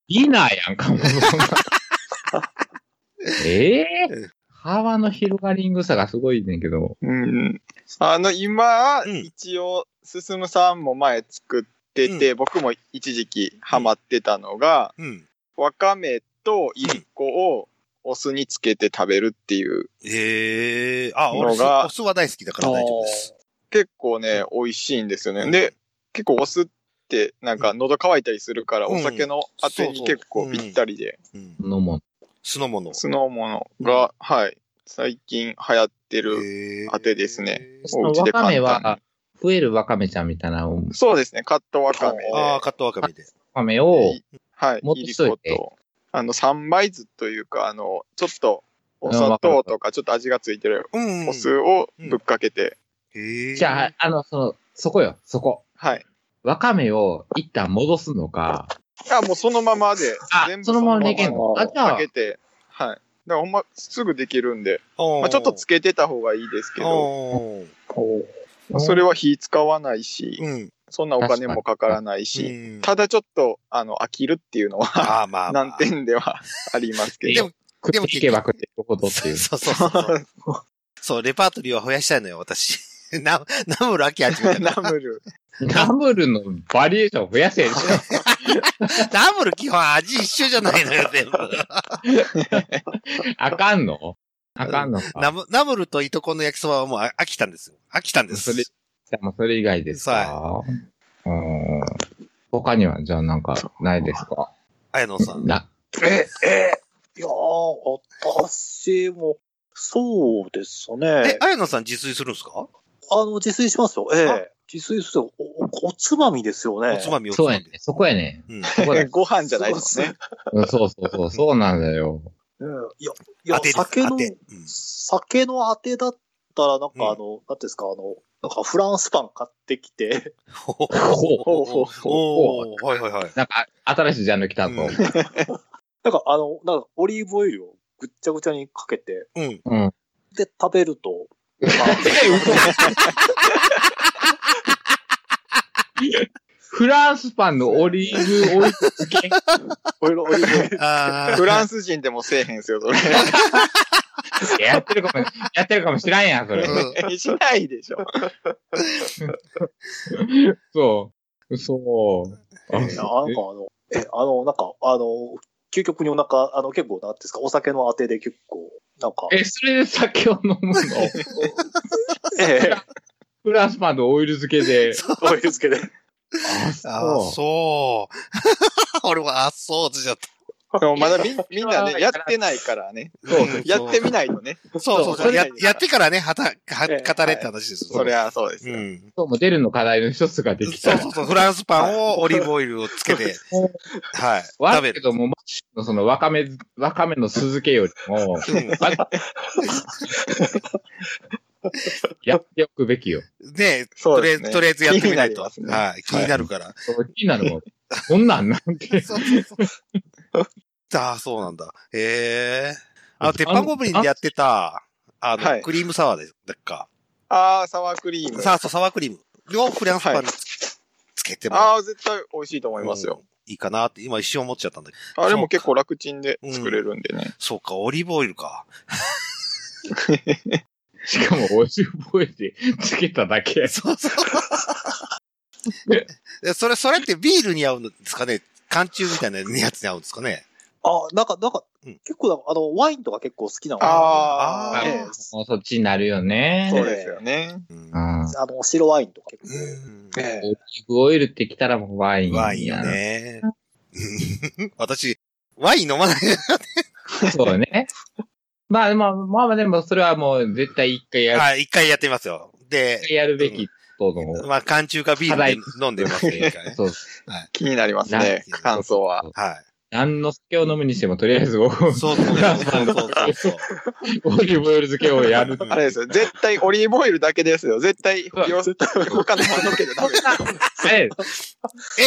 Speaker 3: ィナーや んかもう。ええ
Speaker 1: うん
Speaker 3: 幅の広がりんぐさがすごいねんけど。
Speaker 6: うん。あの、今、
Speaker 1: うん
Speaker 6: 一応、進さんも前作ってて、僕も一時期ハマってたのが、
Speaker 1: うん。
Speaker 6: わかめといりこをお酢につけて食べるっていう、
Speaker 1: ええあ、俺、
Speaker 6: のが
Speaker 1: お酢は大好きだから大丈夫です。
Speaker 6: 結構ね、美味しいんですよね。で、結構お酢ってなんか喉乾いたりするから、
Speaker 1: うん
Speaker 6: お酒のあて
Speaker 1: そうそ
Speaker 6: に
Speaker 1: う
Speaker 6: 結構ぴったりで、
Speaker 1: うん
Speaker 3: のもん。
Speaker 1: 酢の物。
Speaker 6: 酢の物が、はい、最近流行ってる。
Speaker 1: 当
Speaker 6: あてですね。
Speaker 3: その
Speaker 6: お家
Speaker 3: わ
Speaker 6: で
Speaker 3: か
Speaker 6: 簡単
Speaker 3: め
Speaker 6: に
Speaker 3: は、増えるわかめちゃんみたいなわ
Speaker 6: そうですね、カットわかめで。
Speaker 1: ああ、カットわかめで。
Speaker 3: かめを、
Speaker 6: はい、
Speaker 3: もっ
Speaker 6: い
Speaker 3: と
Speaker 6: り
Speaker 3: しと
Speaker 6: こ
Speaker 3: いて
Speaker 6: と、あの、三杯酢というか、あの、ちょっと、お
Speaker 3: うん
Speaker 6: 砂
Speaker 3: わかる
Speaker 6: 糖とか、ちょっと味がついてる
Speaker 1: うん
Speaker 6: お酢をぶっかけて、
Speaker 1: へえ。
Speaker 3: じゃあ、あの、その、そこよ、そこ。
Speaker 6: はい。
Speaker 3: わかめを一旦戻すのか、
Speaker 6: あ、もうそのままで
Speaker 3: あ、、
Speaker 6: 全部
Speaker 3: そのままでいけんのあ、じゃ
Speaker 6: か
Speaker 3: あ、
Speaker 6: けて、はい。だからほんま、すぐできるんで、
Speaker 1: おー、
Speaker 6: まあ、ちょっとつけてた方がいいですけど、
Speaker 1: おー
Speaker 6: それは火使わないし、
Speaker 1: うん。
Speaker 6: そんなお金もかからないし、
Speaker 1: うん
Speaker 6: ただちょっと、あの、飽きるっていうのは、
Speaker 1: あーまあまあ。
Speaker 6: 難点ではありますけ
Speaker 1: で
Speaker 6: ど、
Speaker 1: も、
Speaker 3: 食
Speaker 1: で
Speaker 3: っ
Speaker 1: も
Speaker 3: ていけば食っていくほどっていう。
Speaker 1: そうそうそうそう。 そう、レパートリーは増やしたいのよ、私。ナナムル飽き始めたか
Speaker 6: ナムル、
Speaker 3: ダブルのバリエーション増やせ。
Speaker 1: ダブル基本味一緒じゃないのよ、全部。
Speaker 3: あかんのあかんの
Speaker 1: ナ
Speaker 3: か。
Speaker 1: ムナブルといとこの焼きそばはもう飽きたんですよ。飽きたんです。
Speaker 3: それ、じゃあもうそれ以外ですか。うーん。他には、じゃあなんか、ないですか
Speaker 1: 綾野さん。
Speaker 3: な、
Speaker 2: え、え、いやー、私も、そうです
Speaker 1: え
Speaker 2: ね、。
Speaker 1: 綾野さん自炊するんですか
Speaker 2: あの、自炊しますよ。え
Speaker 1: あ
Speaker 2: え。自炊するおお、おつまみですよね。
Speaker 1: おつまみを。
Speaker 3: そうやね。そこやね。
Speaker 1: うん。
Speaker 3: そ こだ
Speaker 6: ご飯じゃないですね。
Speaker 3: うんそうそうそう、そうなんだよ。
Speaker 2: ええいや、いや
Speaker 1: 当て、です
Speaker 2: 酒
Speaker 1: 当
Speaker 2: の、
Speaker 1: てうん
Speaker 2: 酒のあてだったら、なん
Speaker 1: うん
Speaker 2: かあの、なんていうんですか、あの、なんかフランスパン買ってきて、
Speaker 1: ほほ
Speaker 3: ほう
Speaker 1: ほほおーはいはいはい。
Speaker 3: なんか、あ新しいジャンル来た
Speaker 1: う
Speaker 3: ぞ
Speaker 1: ん。
Speaker 2: なんかあの、なんかオリーブオイルをぐっちゃぐちゃにかけて、
Speaker 1: うん。
Speaker 3: うん。
Speaker 2: で、食べると、ま
Speaker 3: フランスパンのオリーブオイル漬け
Speaker 2: あ、オイルオイルオイル
Speaker 1: あー
Speaker 6: フランス人でもせえへんすよ、それ。
Speaker 3: やってる かも、やってるかもしらんやん、それ。
Speaker 1: うん
Speaker 6: しないでしょ。
Speaker 3: そう。そう。あ
Speaker 2: いやなんかあの、え、あの、なんか、あの、究極にお腹、あの、結構、なんていうんですか、お酒のあてで結構、なんか、
Speaker 3: え、それで酒を飲むの
Speaker 2: ええ、
Speaker 3: フランスパンのオイル漬けで。
Speaker 2: オイル漬けで。
Speaker 3: あ、
Speaker 1: あー、
Speaker 3: そ
Speaker 1: そう。 俺も、あー、そうつっちゃった。
Speaker 6: でもまだ みみんなね、やってないからね。
Speaker 3: そう
Speaker 1: うん
Speaker 6: やってみないとね。
Speaker 1: そうそう
Speaker 6: そ
Speaker 1: そうう。や
Speaker 6: それ
Speaker 1: やってからね、はた、は
Speaker 2: ええ
Speaker 1: 語れって話ですよ。
Speaker 6: そりゃそうです
Speaker 1: う
Speaker 6: よ。
Speaker 1: ん。
Speaker 3: う。モデルの課題の一つができ
Speaker 1: そ
Speaker 3: た
Speaker 1: う。そうそう。フランスパンをオリーブオイルをつけて、 はい。食
Speaker 3: 悪
Speaker 1: べ
Speaker 3: いけ
Speaker 1: る。
Speaker 3: ども、マッシュのその、わかめ、わかめの酢漬けより
Speaker 1: う
Speaker 3: も、
Speaker 1: ん
Speaker 3: やっておくべきよ。
Speaker 1: ねえ、
Speaker 6: そ
Speaker 1: と
Speaker 6: う
Speaker 1: りあえ
Speaker 6: です
Speaker 1: ず、
Speaker 6: ね。
Speaker 1: とりあえずやってみないと。
Speaker 6: 気になりますね
Speaker 1: はい。気になるから。
Speaker 3: そう気になるもん。こんなんなん て。
Speaker 1: そうそうそうああ、そうなんだ。へえ。あの、鉄板ゴブリンでやってた、あの、
Speaker 6: はい
Speaker 1: クリームサワーですだっか。
Speaker 6: ああ、サワークリーム。
Speaker 1: サワーそうサワークリーム。両フランスパ
Speaker 6: は
Speaker 1: ンにつつけても
Speaker 6: ああ、絶対美味しいと思いますよ。
Speaker 1: いいかなって、今一瞬思っちゃったんだけど。
Speaker 6: あれも結構楽ちんで作れるんでね。
Speaker 1: そうか、オリーブオイルか。
Speaker 3: しかも、オイルボイルで漬けただけ。
Speaker 1: そうそう。 えそれ、それってビールに合うんですかね缶中みたいなやつに合うんですかね
Speaker 2: あ、なんか、なんか、
Speaker 1: うん
Speaker 2: 結構なんか、あの、ワインとか結構好きなので
Speaker 6: あ
Speaker 1: あ
Speaker 6: あ、
Speaker 1: ー
Speaker 2: ええ
Speaker 3: もうそっちになるよね。
Speaker 6: そうですよね。
Speaker 1: うん
Speaker 3: うん。
Speaker 2: あの、白ワインとか結構。
Speaker 1: うん
Speaker 2: え
Speaker 3: オリーブオイルってきたらもうワイン。
Speaker 1: ワインよ。ね。 私、ワイン飲まない。
Speaker 3: そうね。 まあまあまあまあでもそれはもう絶対一回やる、
Speaker 1: はい、一回やってみますよ。で
Speaker 3: 一、回やるべきことの。
Speaker 1: まあ、缶中かビールで飲んでますね、一 回ね
Speaker 3: そう。
Speaker 6: 気になります
Speaker 3: な
Speaker 6: ね、感想は。
Speaker 1: は
Speaker 3: 何の酒を飲むにしてもとりあえず オ
Speaker 1: い。そうそうそうそうそうそう。
Speaker 3: リーブオイル漬けを やる。
Speaker 6: あれですよ、絶対オリーブオイルだけですよ。絶対、よ
Speaker 3: うわ
Speaker 6: 他のものけどダメですよ。
Speaker 3: え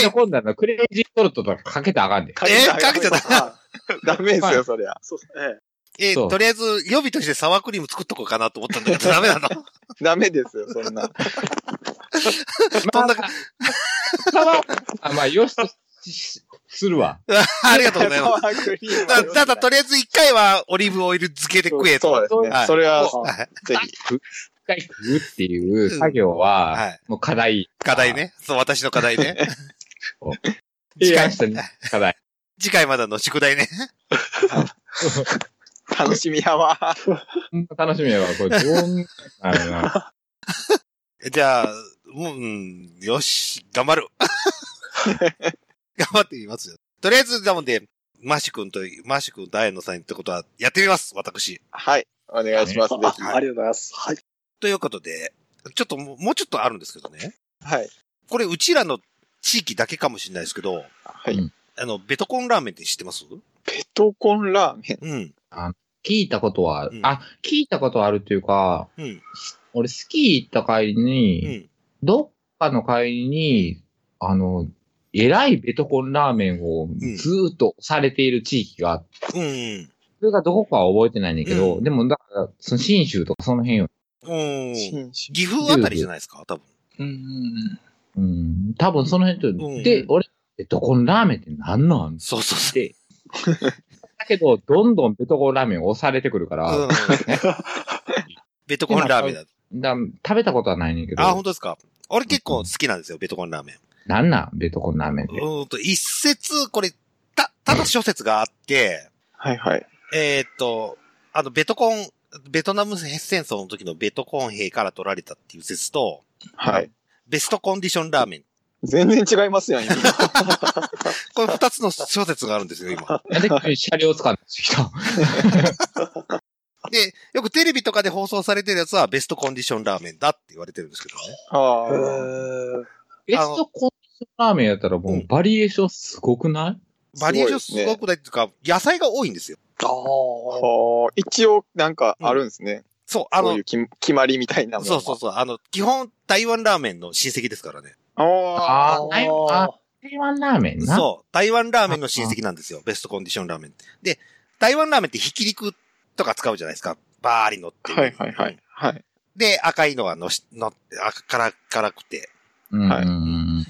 Speaker 3: え、今度はクレイジーソルトとかかけたらあかんで。
Speaker 1: えーかけちゃダメ
Speaker 2: あ
Speaker 6: ダメですよ、そりゃ。
Speaker 2: そうですね。
Speaker 1: え、
Speaker 3: そう
Speaker 1: とりあえず予備としてサワークリーム作っとこうかなと思ったんだけ ど、ダメなの。
Speaker 6: ダメですよ、そんな。
Speaker 1: とんだか
Speaker 3: あまあ、よしとしするわ。
Speaker 1: ありがとうございます。
Speaker 6: サワークリー ムは
Speaker 1: だただ、とりあえず一回はオリーブオイル漬けで食えと。
Speaker 6: そうですね。
Speaker 1: はい
Speaker 6: それは、
Speaker 2: あ
Speaker 1: はい
Speaker 6: ぜひ。
Speaker 3: 一回食うっていう作業は、
Speaker 1: はい。
Speaker 3: もう課題。
Speaker 1: 課題ね。そう、私の課題ね。
Speaker 3: 次回した課 題。
Speaker 1: 次回まだの宿題ね。
Speaker 6: 楽しみやわ。
Speaker 3: ほんま楽しみやわ。これ、どうなるな。
Speaker 1: じゃあ、もう、うん、よし、頑張る。頑張ってみますよ。とりあえず、だもんで、マシ君と、マシ君とア野さんってことは、やってみます、私。
Speaker 6: はい。お願いします。ぜひ。
Speaker 2: あありがとうございます。はい。
Speaker 1: ということで、ちょっともう、もうちょっとあるんですけどね。
Speaker 6: はい。
Speaker 1: これ、うちらの地域だけかもしれないですけど、
Speaker 3: う
Speaker 6: は
Speaker 3: ん
Speaker 6: い。
Speaker 1: あの、ベトコンラーメンって知ってます
Speaker 6: ペトコンラーメン。
Speaker 1: うん。
Speaker 3: 聞いたことは
Speaker 1: う、ん
Speaker 3: あ、聞いたことはあるっていうか、
Speaker 1: うん。
Speaker 3: 俺、スキー行った帰り
Speaker 1: う
Speaker 3: に、
Speaker 1: ん。
Speaker 3: どっかの帰りに、あの、えらいベトコンラーメンを
Speaker 1: ん
Speaker 3: ずーっと押されている地域があって、
Speaker 1: うん。
Speaker 3: それがどこかは覚えてないんだけど、
Speaker 1: うん
Speaker 3: でも、だから、その信州とかその辺よ。
Speaker 1: うん。
Speaker 6: 新種
Speaker 1: 岐阜あたりじゃないですか、多分。
Speaker 6: うん。
Speaker 3: うん、多分その辺と、
Speaker 1: うん
Speaker 3: で、俺、ベトコンラーメンって何なんだ
Speaker 1: そうそうそう。
Speaker 3: けど、どんどんベトコンラーメン押されてくるから、
Speaker 1: うん。ベトコンラーメンだ。
Speaker 3: だ食べたことはないねんけど、
Speaker 1: あ、本当ですか。俺結構好きなんですよ、ベトコンラーメン。
Speaker 3: なんなんベトコンラーメンって。
Speaker 1: うーんと、一説、これ、た、ただ諸説があって、
Speaker 6: はいはい。
Speaker 1: えーっと、あの、ベトコン、ベトナム戦争の時のベトコン兵から取られたっていう説と、
Speaker 6: はい。
Speaker 1: ベストコンディションラーメン。
Speaker 6: 全然違いま すよね。
Speaker 1: これ二つの諸説があるんですよ、今。
Speaker 3: なんで急に車両使うんで すか
Speaker 1: で、よくテレビとかで放送されてるやつはベストコンディションラーメンだって言われてるんですけどね。
Speaker 6: あ
Speaker 2: へ
Speaker 6: ー
Speaker 2: ー
Speaker 3: ベストコンディションラーメンやったらも
Speaker 1: う
Speaker 3: うんバリエーションすごくない
Speaker 1: バリエーションすごくないっていうか、野菜が多いんですよ。
Speaker 2: あー
Speaker 6: はあ一応なんかあるんですね。
Speaker 1: そう、あ
Speaker 6: こ
Speaker 1: の
Speaker 6: ういう、き決まりみたいなもの
Speaker 1: そうそうそう、あの、基本台湾ラーメンの親戚ですからね。
Speaker 6: ああ、
Speaker 3: あーないあ、台湾ラーメンな。
Speaker 1: そう、台湾ラーメンの親戚なんですよ、ベストコンディションラーメンって。で、台湾ラーメンってひき肉とか使うじゃないですか。バーリのっていう。
Speaker 6: はいはいはい。はい。
Speaker 1: で、赤いのはのし、の、あから、辛くて。
Speaker 3: うんうんうん
Speaker 6: はい
Speaker 3: うん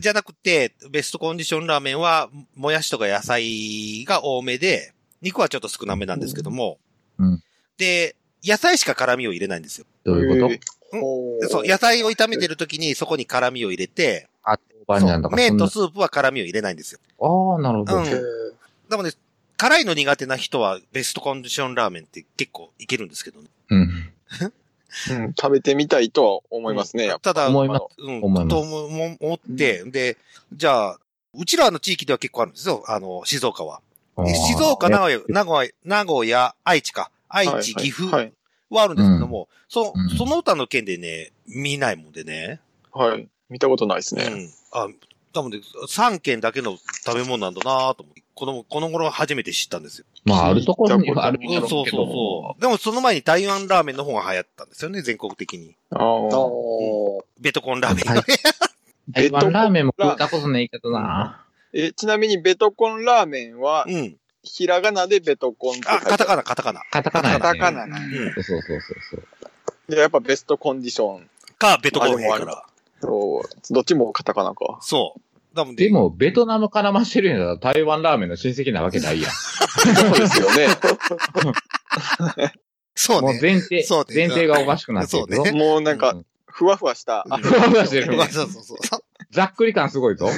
Speaker 1: じゃなくて、ベストコンディションラーメンは、もやしとか野菜が多めで、肉はちょっと少なめなんですけども、
Speaker 3: うんうん
Speaker 1: で、野菜しか辛味を入れないんですよ。
Speaker 3: どういうこと、
Speaker 2: ほー
Speaker 1: そう、野菜を炒めてる時にそこに辛味を入れて、
Speaker 3: あ、
Speaker 1: そ
Speaker 3: 豆板醤と
Speaker 1: う
Speaker 3: かそ
Speaker 1: 麺
Speaker 3: んな
Speaker 1: とスープは辛味を入れないんですよ。
Speaker 3: ああ、なるほど。
Speaker 1: うん
Speaker 2: へー
Speaker 1: なので、辛いの苦手な人はベストコンディションラーメンって結構いけるんですけどね。
Speaker 3: うん。
Speaker 6: うん食べてみたいとは思いますね。やっぱ
Speaker 1: ただ、
Speaker 3: 思います。
Speaker 1: うん、
Speaker 3: 思います
Speaker 1: と思思思って、で、じゃあ、うちらの地域では結構あるんですよ、あの、静岡は。
Speaker 3: あー
Speaker 1: で静岡、名古屋、名古屋、名古屋、愛知か。愛知、
Speaker 6: はい
Speaker 1: 岐阜
Speaker 6: は。
Speaker 1: はいあるんですけども、そ
Speaker 3: うん
Speaker 1: の、その他の県でね、見ないもんでね。
Speaker 6: はい。見たことないです
Speaker 1: う
Speaker 6: ね。
Speaker 1: ん。あ、多分ね、3県だけの食べ物なんだなと思って、この、この頃初めて知ったんですよ。
Speaker 3: まあ、あるところにはある
Speaker 6: う
Speaker 1: うんん
Speaker 3: けど、
Speaker 1: そうそうそう。でもその前に台湾ラーメンの方が流行ったんですよね、全国的に。
Speaker 6: ああ
Speaker 2: あー
Speaker 1: ベトコンラーメンがね。
Speaker 3: 台湾ラーメンも食ったことないけどな。
Speaker 6: え、ちなみにベトコンラーメンは、
Speaker 1: うん。
Speaker 6: ひらがなでベトコンって書い
Speaker 1: あ、
Speaker 6: てある
Speaker 1: カタカナ、カタカナ。
Speaker 3: カタカナやね。
Speaker 6: カタカナな。
Speaker 1: うん。
Speaker 3: そうそうそうそう。
Speaker 6: で、やっぱベストコンディション。
Speaker 1: か、ベトコンやか
Speaker 6: あでも
Speaker 1: ら。
Speaker 6: そうどっちもカタカナか。
Speaker 1: そう。だもんね
Speaker 3: で、も、ベトナム絡ましてるんやったら台湾ラーメンの親戚なわ けないやん。
Speaker 6: そうですよね。
Speaker 1: そう
Speaker 3: もう
Speaker 1: ね。
Speaker 3: 前提、
Speaker 1: そうね
Speaker 3: 前提がおかしくなってるけど。
Speaker 1: そう
Speaker 6: もうなん
Speaker 3: う
Speaker 6: か、
Speaker 3: ん
Speaker 6: ふわふわした。
Speaker 1: うん
Speaker 3: ふわふわしてる
Speaker 1: そうそうそう。
Speaker 3: ざっくり感す ごいぞ。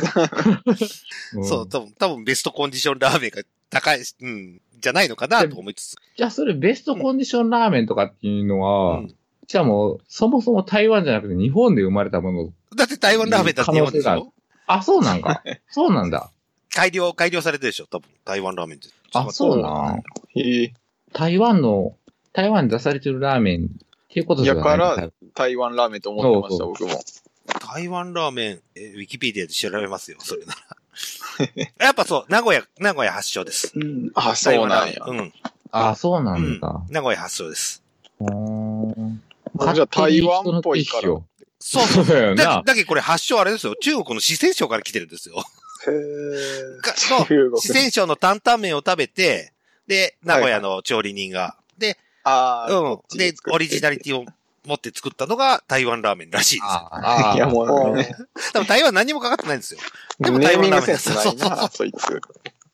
Speaker 3: うん
Speaker 1: そう、多分、多分ベストコンディションラーメンが高いし、うん、じゃないのかなと思いつつ。
Speaker 3: じゃあ、それベストコンディションラーメンとかっていうのは、
Speaker 1: うん
Speaker 3: じゃあもう、そもそも台湾じゃなくて日本で生まれたもの。
Speaker 1: だって台湾ラーメンだって日本でし
Speaker 3: 可能性
Speaker 1: ょ
Speaker 3: あ、そうな んか。そうなんだ。
Speaker 1: 改良、改良されてるでしょ多分、台湾ラーメンって。
Speaker 3: あ、そうな
Speaker 6: そ
Speaker 3: ん。
Speaker 6: へえ
Speaker 3: 台湾の、台湾に出されてるラーメンっていうことじゃない
Speaker 6: やから、台湾ラーメンと思ってました、
Speaker 3: そう
Speaker 6: 僕も。
Speaker 1: 台湾ラーメン、えーウィキペディアで調べますよ、それなら。 やっぱそう、名古屋、名古屋発祥です。
Speaker 2: うん
Speaker 6: あ、そうなん
Speaker 1: 台
Speaker 6: や。
Speaker 1: 湾ラーメン
Speaker 3: あ、そうな
Speaker 1: うん。うんん
Speaker 3: だ。。
Speaker 1: 名古屋発祥です。
Speaker 3: うーん
Speaker 6: あじゃあ台湾っぽいか
Speaker 3: 勝手に
Speaker 6: ら
Speaker 3: 人の
Speaker 1: そう
Speaker 3: 知識
Speaker 1: そ
Speaker 3: を
Speaker 1: う。
Speaker 3: そうだよ
Speaker 1: だ
Speaker 3: な。
Speaker 1: だけどこれ発祥あれですよ。中国の四川省から来てるんですよ。
Speaker 2: へー
Speaker 1: が
Speaker 6: 中
Speaker 1: の
Speaker 6: 国。
Speaker 1: 四川省の担々麺を食べて、で、名古屋の調理人が。で、
Speaker 6: ああ、こっ
Speaker 1: う
Speaker 6: ち
Speaker 1: ん。で、
Speaker 6: 作って
Speaker 1: オリジナリティを持って作ったのが台湾ラーメンらしいですよ。
Speaker 3: あ
Speaker 6: いや、もう、ね、
Speaker 1: 多分台湾何にもかかってないんですよ。
Speaker 6: ネ
Speaker 1: でも台
Speaker 6: ーミ
Speaker 1: 湾ラ
Speaker 6: ング
Speaker 1: ーメ
Speaker 6: セ
Speaker 1: ン
Speaker 6: ンスない
Speaker 1: そうそうそ
Speaker 6: な、そいつ。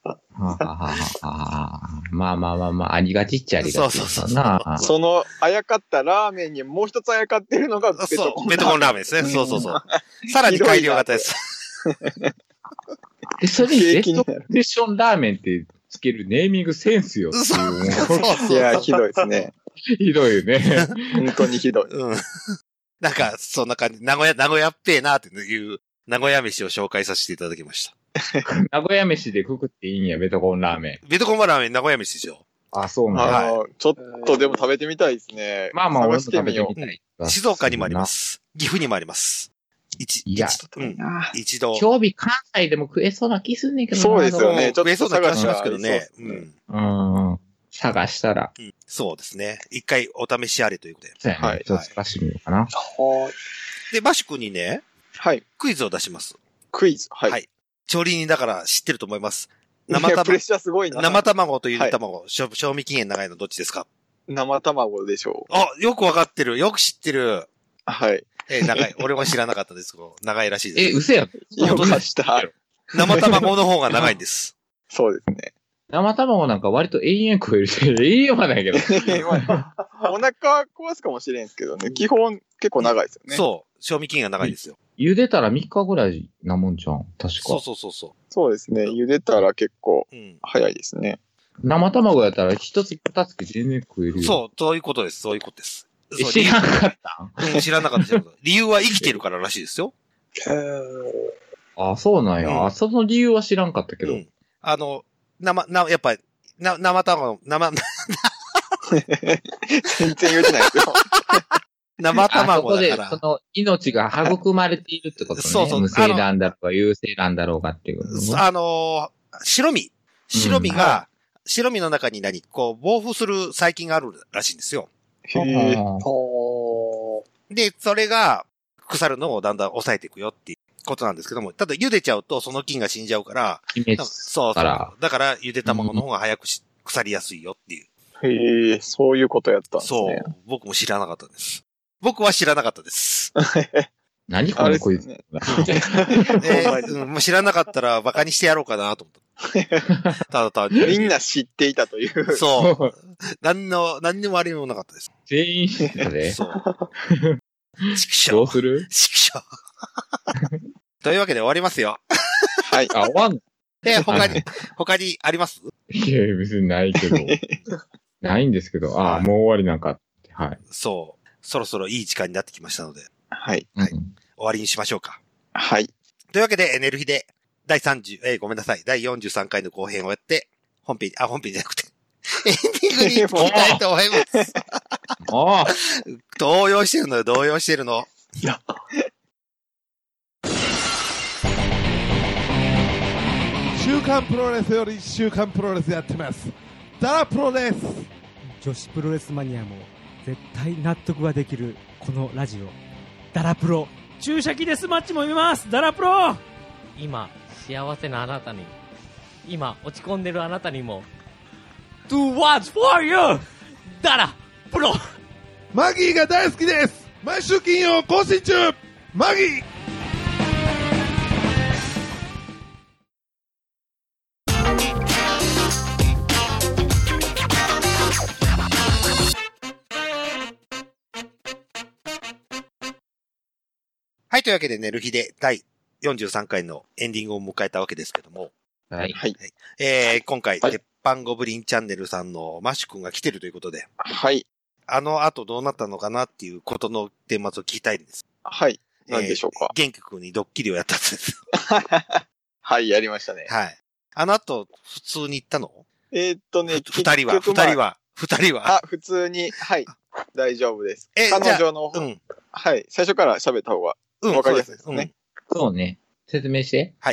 Speaker 3: あはあはあはあまあまあまあまあ、ありがちっちゃありがちだな。
Speaker 1: そうそうそうそう
Speaker 6: その、あやかったラーメンにもう一つあやかってるのがベト
Speaker 1: そ
Speaker 6: コ
Speaker 1: う、
Speaker 6: ン
Speaker 1: ベトコンラーメンですね。そうそうそう。さらに改良型です。
Speaker 3: で、それにベ
Speaker 6: 景気
Speaker 3: ス
Speaker 6: にな
Speaker 3: ト
Speaker 6: る
Speaker 3: コンディションラーメンってつけるネーミングセンスよっていう、もう
Speaker 1: そうそう
Speaker 6: いや、ひどいですね。
Speaker 3: ひどいよね。
Speaker 6: 本当に ひどい。
Speaker 1: うん。なんか、そんな感じ。名古屋、名古屋っぺえなっていう、名古屋飯を紹介させていただきました。
Speaker 3: 名古屋飯でくくっていいんや、ベトコンラーメン。
Speaker 1: ベトコンラーメン名古屋飯でしょ。
Speaker 3: あ、そうなんだ。
Speaker 6: あの、ちょっとでも食べてみたいですね。
Speaker 3: まあまあ、俺も
Speaker 6: 探し
Speaker 3: 食
Speaker 6: て
Speaker 3: べ
Speaker 6: み
Speaker 3: て
Speaker 6: よ
Speaker 3: み
Speaker 6: う。
Speaker 3: たい。
Speaker 1: 静岡にもありま。す。岐阜にもあります。一、
Speaker 3: いや
Speaker 1: 一うん、一度。
Speaker 3: 今日日関西でも食えそうな気すんねんけどな
Speaker 6: そうですよねちょっと
Speaker 1: 増えそうな気がしますけど
Speaker 6: 探し
Speaker 1: ね。う
Speaker 6: たら
Speaker 1: ん。
Speaker 3: うん。探したら。
Speaker 1: うんそうですね。一回お試しあれということで。
Speaker 3: そうやね。
Speaker 6: はい
Speaker 3: ちょっと探してみようかな。
Speaker 2: は
Speaker 1: で、マシュ君にね、
Speaker 6: はい。
Speaker 1: クイズを出します。
Speaker 6: クイズ。はい。
Speaker 1: はい調理人だから知ってると思います。生
Speaker 6: 生プレ
Speaker 1: 卵、
Speaker 6: ッシャーすごいな。
Speaker 1: 生卵とゆで卵、しょ賞味期限長いのどっちですか
Speaker 6: 生卵でしょう。
Speaker 1: あ、よくわかってる。よく知ってる。
Speaker 6: はい。
Speaker 1: えー長い。俺も知らなかったですけど、長いらしい
Speaker 3: え、
Speaker 1: です。
Speaker 3: 嘘やん。
Speaker 1: 本
Speaker 6: よ
Speaker 1: 当
Speaker 6: か
Speaker 1: だ
Speaker 6: った。
Speaker 1: 生卵の方が長いんです。
Speaker 6: そうですね。
Speaker 3: 生卵なんか割と永遠食える し、永遠はないけど。
Speaker 6: まあお腹壊すかもしれんすけどね、基本結構長いですよね。
Speaker 1: そ賞味期限が長いですよ。
Speaker 3: 茹でたら3日ぐらいなもんじゃん。確
Speaker 1: そう
Speaker 3: か。
Speaker 1: そうそうそ
Speaker 6: そうですね。茹でたら結構
Speaker 1: う。うん。
Speaker 6: 早いですね。
Speaker 3: 生卵やったら一つ二つ全然食えるよ。
Speaker 1: そう、そういうことです。そういうことです。
Speaker 3: え
Speaker 1: そう
Speaker 3: 知らんかったん
Speaker 1: 理由うん知らなかった知らな かった理由は生きてるかららしいですよ。
Speaker 3: あ、そうなんや、
Speaker 1: うん
Speaker 3: あその理由は知らんかったけど。
Speaker 1: うんあの、生、な、やっぱり、な、生卵、 生、
Speaker 6: 全然茹でないですよ。
Speaker 1: 生
Speaker 3: あそこ
Speaker 1: 卵
Speaker 3: で、
Speaker 1: だか
Speaker 3: そ
Speaker 1: ら。
Speaker 3: の命が育まれているってことね。
Speaker 1: そうそう
Speaker 3: 無性なんだろうが、有性なんだろうがっていうことね、
Speaker 1: あのー白身。白身が、白身の中に何こう、防腐する細菌があるらしいんですよ。
Speaker 6: へえ。
Speaker 3: あー
Speaker 1: で、それが、腐るのをだんだん抑えていくよっていうことなんですけども、ただ茹でちゃうとその菌が死んじゃうから、
Speaker 3: 決め
Speaker 1: なんかそうそ
Speaker 3: か
Speaker 1: う。
Speaker 3: ら
Speaker 1: だから、茹で卵の方が早くし腐りやすいよっていう。
Speaker 6: へえ、そういうことやったんです
Speaker 1: そう
Speaker 6: ね。。
Speaker 1: 僕も知らなかったです。僕は知らなかった です。
Speaker 3: 何
Speaker 6: あ
Speaker 3: この
Speaker 6: れです
Speaker 3: こい
Speaker 6: よ
Speaker 3: つ。
Speaker 6: ね。
Speaker 1: で
Speaker 6: ほんまに
Speaker 1: うんもう知らなかったら馬鹿にしてやろうかなと 思った。ただ単
Speaker 6: みん
Speaker 1: に。
Speaker 6: な知っていたという。
Speaker 1: そう。何の、何にもありもなかったです。
Speaker 3: 全員知ってたで。
Speaker 1: そう。ちくしょ
Speaker 3: ど
Speaker 1: う
Speaker 3: う。する
Speaker 1: ちくしょう。 というわけで終わりますよ。
Speaker 6: はい。
Speaker 3: あ、終わんの
Speaker 1: で、他
Speaker 3: は
Speaker 1: に、他にあります
Speaker 3: いや、別にないけど。 ないんですけど、あーもう終わりなんかって。はい。
Speaker 1: そう。そろそろいい時間になってきましたので、
Speaker 6: はい。
Speaker 1: はい
Speaker 3: うん
Speaker 1: 終わりにしましょうか。
Speaker 6: はい。
Speaker 1: というわけで、エネルギーで、第30、えーごめんなさい、第43回の後編をやって、本編、あ、本編じゃなくて、エンディングに行きたいと思います。
Speaker 3: ああ
Speaker 1: 動揺してるのよ、動揺してるの。
Speaker 7: 週刊プロレスより週刊プロレスやってますダラプロです
Speaker 8: 女子プロレスマニアも絶対納得ができるこのラジオダラプロ
Speaker 9: 注射器デスマッチも見ますダラプロ
Speaker 10: 今幸せなあなたに今落ち込んでるあなたにも
Speaker 9: !Do what's for you!
Speaker 10: ダラプロ
Speaker 7: マギーが大好きです毎週金曜更新中マギー
Speaker 1: はい、というわけで、寝る日で、第43回のエンディングを迎えたわけですけども、
Speaker 3: はい。
Speaker 1: えー、今回、
Speaker 6: はい
Speaker 1: 鉄板ゴブリンチャンネルさんのマッシュ君が来てるということで、
Speaker 6: はい。
Speaker 1: あの後どうなったのかなっていうことのテーマを聞きたいんです。
Speaker 6: はい。何でしょうか
Speaker 1: えー元気君にドッキリをやったんです。
Speaker 6: はい、やりましたね。
Speaker 1: はい。あの後、普通に行ったの
Speaker 6: えーっと
Speaker 1: ふ
Speaker 6: ね、
Speaker 1: 二人は、
Speaker 6: 結
Speaker 1: 二
Speaker 6: 局まあ
Speaker 1: 人は、二人は。
Speaker 6: あ、普通に、はい、大丈夫です。
Speaker 1: え
Speaker 6: 彼
Speaker 1: じゃあ
Speaker 6: 女の方、
Speaker 1: うん。
Speaker 6: はい、最初から喋った方が。
Speaker 1: うん。
Speaker 6: わかりやすいです
Speaker 1: そう
Speaker 6: ね。
Speaker 3: そうね。説明して。
Speaker 6: は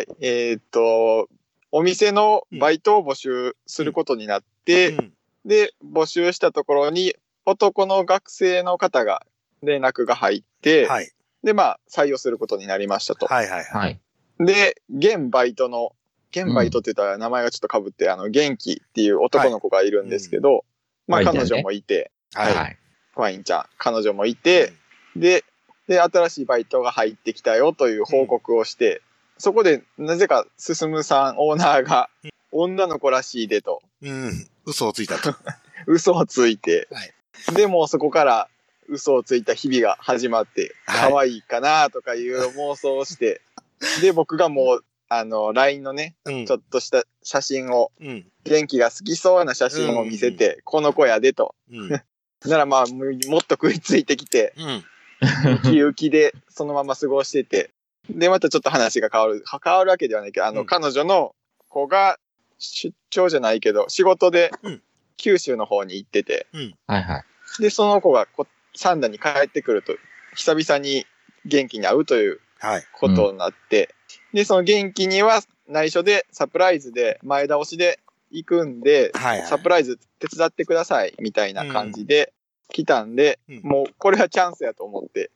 Speaker 6: い、えーっと、お店のバイトを募集することになっ
Speaker 1: う
Speaker 6: て、
Speaker 1: ん。
Speaker 6: で、募集したところに、男の学生の方が連絡が入って、
Speaker 1: はい。
Speaker 6: で、まあ、採用することになりましたと。
Speaker 1: はいはいはい。
Speaker 3: はい。
Speaker 6: で、現バイトの、現バイトって言ったら名前がちょっと被って、あの、元気っていう男の子がいるんですけど、ま
Speaker 3: ワ
Speaker 6: あ、
Speaker 3: インちゃん
Speaker 6: 彼
Speaker 3: ね
Speaker 6: 女もいて、
Speaker 1: はい。はい。
Speaker 3: い。
Speaker 6: ワインちゃん、彼女もいて、で、で、新しいバイトが入ってきたよという報告をして、そこで、なぜか、進さん、オーナーが、女の子らしいでと、
Speaker 1: うん。嘘をつい たと。
Speaker 6: 嘘をついて、
Speaker 1: はい
Speaker 6: でもうそこから、嘘をついた日々が始まって、
Speaker 1: はい
Speaker 6: 可愛いかなとかいう妄想をして、で、僕がもう、あの、LINE のね、
Speaker 1: うん。
Speaker 6: ちょっとした写真を、
Speaker 1: うん。
Speaker 6: 元気が好きそうな写真を見せて、この子やでと。
Speaker 1: うん。
Speaker 6: ならまあ、むもっと食いついてきて、
Speaker 1: うん。
Speaker 6: ウキウキでそのまま過ごしてて、で、またちょっと話が変わる、は変わるわけではないけど、あの、
Speaker 1: うん
Speaker 6: 彼女の子が出張じゃないけど、仕事で
Speaker 1: うん
Speaker 6: 九州の方に行ってて、
Speaker 3: はいはい。
Speaker 6: で、その子がこ三田に帰ってくると、久々に元気に会うという
Speaker 1: はい。
Speaker 6: ことになって、で、その元気には内緒でサプライズで前倒しで行くんで、
Speaker 1: はいはい
Speaker 6: サプライズ手伝ってくださいみたいな感じで来たんで、
Speaker 1: うん
Speaker 6: もうこれはチャンスやと思って、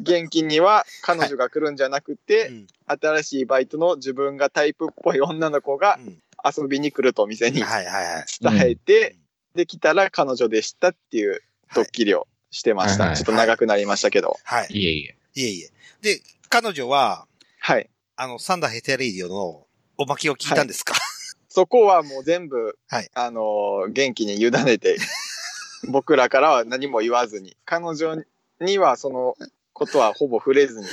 Speaker 6: 元気には彼女が来るんじゃなくて、
Speaker 1: うん
Speaker 6: 新しいバイトの自分がタイプっぽい女の子が
Speaker 1: うん
Speaker 6: 遊びに来るとお店に
Speaker 1: はいはいはい。
Speaker 6: 伝えて、できたら彼女でしたっていうドッキリをしてました。
Speaker 3: はいはい
Speaker 6: ちょっと長くなりましたけど。
Speaker 1: はい。
Speaker 3: いえいえ。
Speaker 1: いえいえ。で、彼女は、
Speaker 6: はい。
Speaker 1: あの、サンダーヘテレイディオのおまけを聞いたんですか、
Speaker 6: そこはもう全部、
Speaker 1: はい
Speaker 6: あのー元気に委 ねて、僕らからは何も言わずに、彼女にはそのことはほぼ触れず に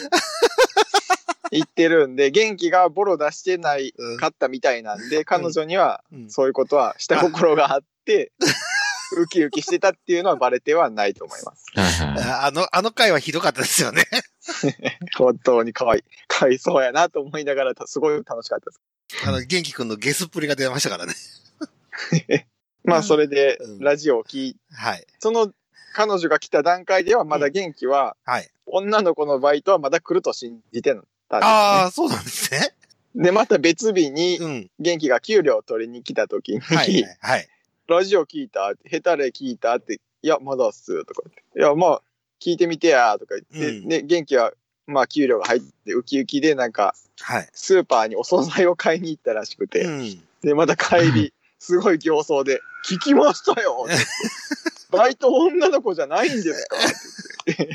Speaker 6: 言ってるんで、元気がボロ出してないかったみたいなんで、彼女にはそういうことは下心があって、ウキウキしてたっていうのはバレてはないと思い ます。
Speaker 1: ああの、あの回はひどかったですよね。
Speaker 6: 本当に可愛い、可哀想やなと思いながら、すごい楽しかったです。
Speaker 1: あの、元気くんのゲスっぷりが出ましたからね。
Speaker 6: まあ、それで、ラジオを聞い
Speaker 1: はい。
Speaker 6: その彼女が来た段階ではまだ元気は、
Speaker 1: はい。
Speaker 6: 女の子のバイトはまだ来ると信じてたんです、ね。
Speaker 1: ああ、そうなんですね。
Speaker 6: で、また別日に
Speaker 1: うん。
Speaker 6: 元気が給料を取りに来た時に、
Speaker 1: はい。はい。
Speaker 6: ラジオ聞いたってヘタレ聞いたって、いや、まだっす、とか言って。いや、まあ、聞いてみてや、とか言って、
Speaker 1: うん
Speaker 6: で、元気は、まあ、給料が入って、ウキウキで、なんか、
Speaker 1: はい。
Speaker 6: スーパーにお惣菜を買いに行ったらしくて、
Speaker 1: うん。
Speaker 6: で、また帰 り、すごい形相で、聞きましたよバイト女の子じゃないんですかって言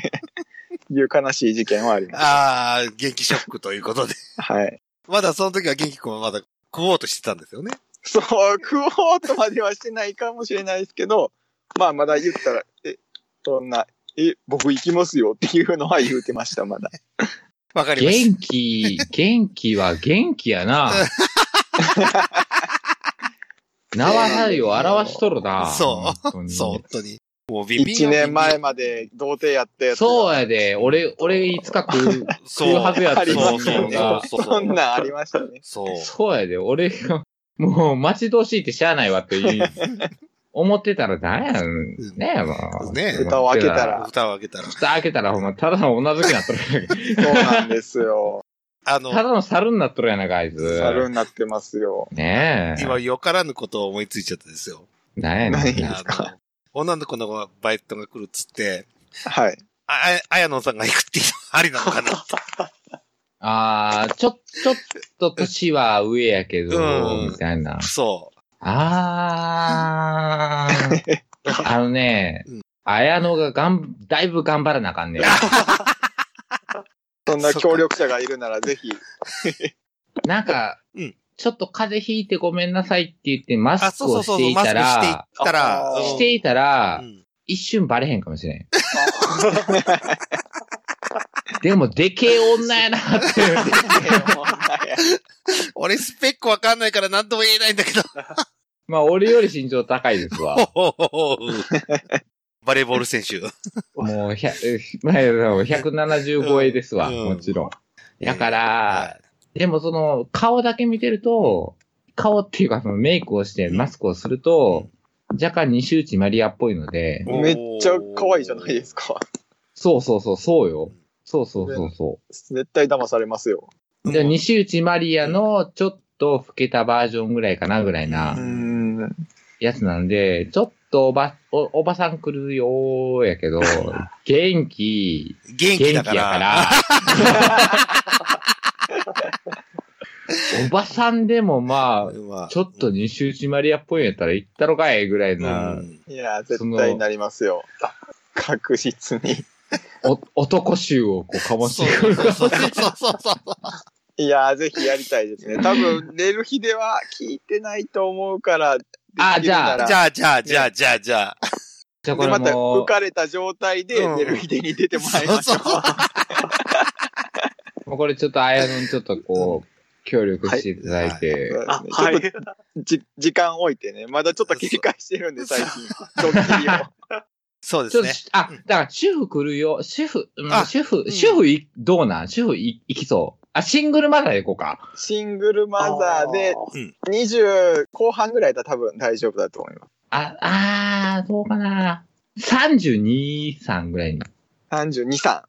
Speaker 6: っていう悲しい事件はあります。
Speaker 1: ああ、元気ショックということで。
Speaker 6: はい。
Speaker 1: まだその時は元気くんはまだ食おうとしてたんですよね。
Speaker 6: そう、食おうとまではしてないかもしれないですけど、まあまだ言ったら、え、そんな、え、僕行きますよっていうのは言うてました、まだ。
Speaker 1: わかりまし
Speaker 3: 元気、元気は元気 やな。名は体を表しとるな。
Speaker 1: た。そ
Speaker 3: 本当
Speaker 1: う。
Speaker 3: に
Speaker 1: そう、本当に。もうビビ
Speaker 6: 一年前まで童貞やって
Speaker 3: そう
Speaker 6: や
Speaker 3: やで、俺、俺いつか食う、
Speaker 1: そう
Speaker 3: 食うはずやった
Speaker 6: あり
Speaker 3: の
Speaker 6: ま
Speaker 3: に
Speaker 6: したよね
Speaker 1: そう。
Speaker 6: つ。そんなんありましたね。
Speaker 1: そう。
Speaker 3: そうやで、俺が、もう待ち遠しいってしゃあないわって言う思ってたらなんやん。ねえ、もう。
Speaker 1: ねえ
Speaker 6: 蓋を開けたら
Speaker 1: 蓋を開けたら。
Speaker 3: 蓋開けたらほんま、ただの女好きになっとるやんけ。
Speaker 6: そうなんで すよ。
Speaker 1: あ
Speaker 3: ただ
Speaker 1: の、
Speaker 3: の猿になっとるやな、あいつ。
Speaker 6: 猿になってますよ。
Speaker 3: ねえ。
Speaker 1: 今よからぬことを思いついちゃったんですよ。
Speaker 3: なんやねん。
Speaker 6: いいで
Speaker 1: あ
Speaker 6: すか
Speaker 1: の、女の子のバイトが来るっつって、
Speaker 6: はい。
Speaker 1: あ、あやのさんが行くっていうのはありなのかな って。
Speaker 3: ああ、ちょ、ちょっと年は上やけど、
Speaker 1: うん
Speaker 3: みたいな。
Speaker 1: そ
Speaker 3: あ ー。あのね
Speaker 1: うん、綾
Speaker 3: 綾野ががん、だいぶ頑張らなあかんねん。
Speaker 6: そんな協力者がいるならぜひ。
Speaker 3: なんか
Speaker 1: うん、
Speaker 3: ちょっと風邪ひいてごめんなさいって言ってマ
Speaker 1: う。あ、
Speaker 3: ス
Speaker 1: そ
Speaker 3: ク
Speaker 1: うそ
Speaker 3: を
Speaker 1: うそ
Speaker 3: し
Speaker 1: う
Speaker 3: て
Speaker 1: そう、マ
Speaker 3: いた
Speaker 1: スクしてい
Speaker 3: ら
Speaker 1: っ、たら、
Speaker 6: あ
Speaker 1: うん
Speaker 6: ー
Speaker 3: していたら
Speaker 1: う、ん
Speaker 3: 一瞬バレへんかもしれん。でも、でけえ女やな って。
Speaker 1: 俺スペックわかんないから何とも言えないんだけど。
Speaker 3: まあ、俺より身長高いですわ。
Speaker 1: ほほほほ バレーボール選手。
Speaker 3: もう、ひゃ えまあ170超えですわ、
Speaker 1: うん
Speaker 3: もちろん。だか
Speaker 1: は
Speaker 3: ら、でもその、顔だけ見てると、顔っていうかそのメイクをしてマスクをすると、若干西内マリアっぽいので、
Speaker 1: い
Speaker 6: めっちゃ可愛いじゃないですか。
Speaker 3: そうそうそう、そうよ。そうそうそうそ
Speaker 6: 絶対騙されますよ。
Speaker 3: う。で、西内マリアのちょっと老けたバージョンぐらいかなぐらいな
Speaker 6: うーん。
Speaker 3: やつなんで、ちょっとおば、おおばさん来るよーやけど、元気、
Speaker 1: 元気だから。
Speaker 3: おばさんでもま
Speaker 1: ま
Speaker 3: あ、
Speaker 1: あ
Speaker 3: ちょっと西内マリアっぽいんやったら行ったろかいぐらいな、
Speaker 1: うん
Speaker 6: いや、絶対なりますよ。確実に。
Speaker 3: お男臭をこうか
Speaker 1: そ
Speaker 3: も
Speaker 1: うそ
Speaker 3: し
Speaker 1: う
Speaker 3: てくる。
Speaker 1: そうそうそうそう。
Speaker 6: いや、ぜひやりたいですね。多分、寝る日では聞いてないと思うから、できるなら
Speaker 1: じゃあじゃあじゃあじゃあじゃあ。
Speaker 3: じゃあこ
Speaker 6: で、
Speaker 3: れ
Speaker 6: また
Speaker 3: も
Speaker 6: 浮
Speaker 3: う、
Speaker 6: かれた状態で
Speaker 1: うん
Speaker 6: 寝る日でに出てもらいましょう。
Speaker 1: そう
Speaker 3: もうこれちょっとあやのにちょっとこう、協力していただいて、
Speaker 6: そう
Speaker 2: あ、
Speaker 6: です
Speaker 2: は
Speaker 6: ねちょっ
Speaker 2: い。
Speaker 6: とじ時間置いてね。まだちょっと警戒してるんで、最近。ドッキリを。
Speaker 1: そうで
Speaker 3: ちょ
Speaker 1: す
Speaker 3: っと
Speaker 1: ね。
Speaker 3: し、あ、だから主婦来るよ、主婦、うん
Speaker 1: あ
Speaker 3: 主婦、
Speaker 1: ん
Speaker 3: 主婦い、どうなん主婦い行きそう。あ、シングルマザーで行こうか。
Speaker 6: シングルマザーで
Speaker 2: あ、
Speaker 6: 20後半ぐらいだったら多分大丈夫だと思いま
Speaker 3: あ、あー、どうかな。32、3ぐらいに。
Speaker 6: す。32、3。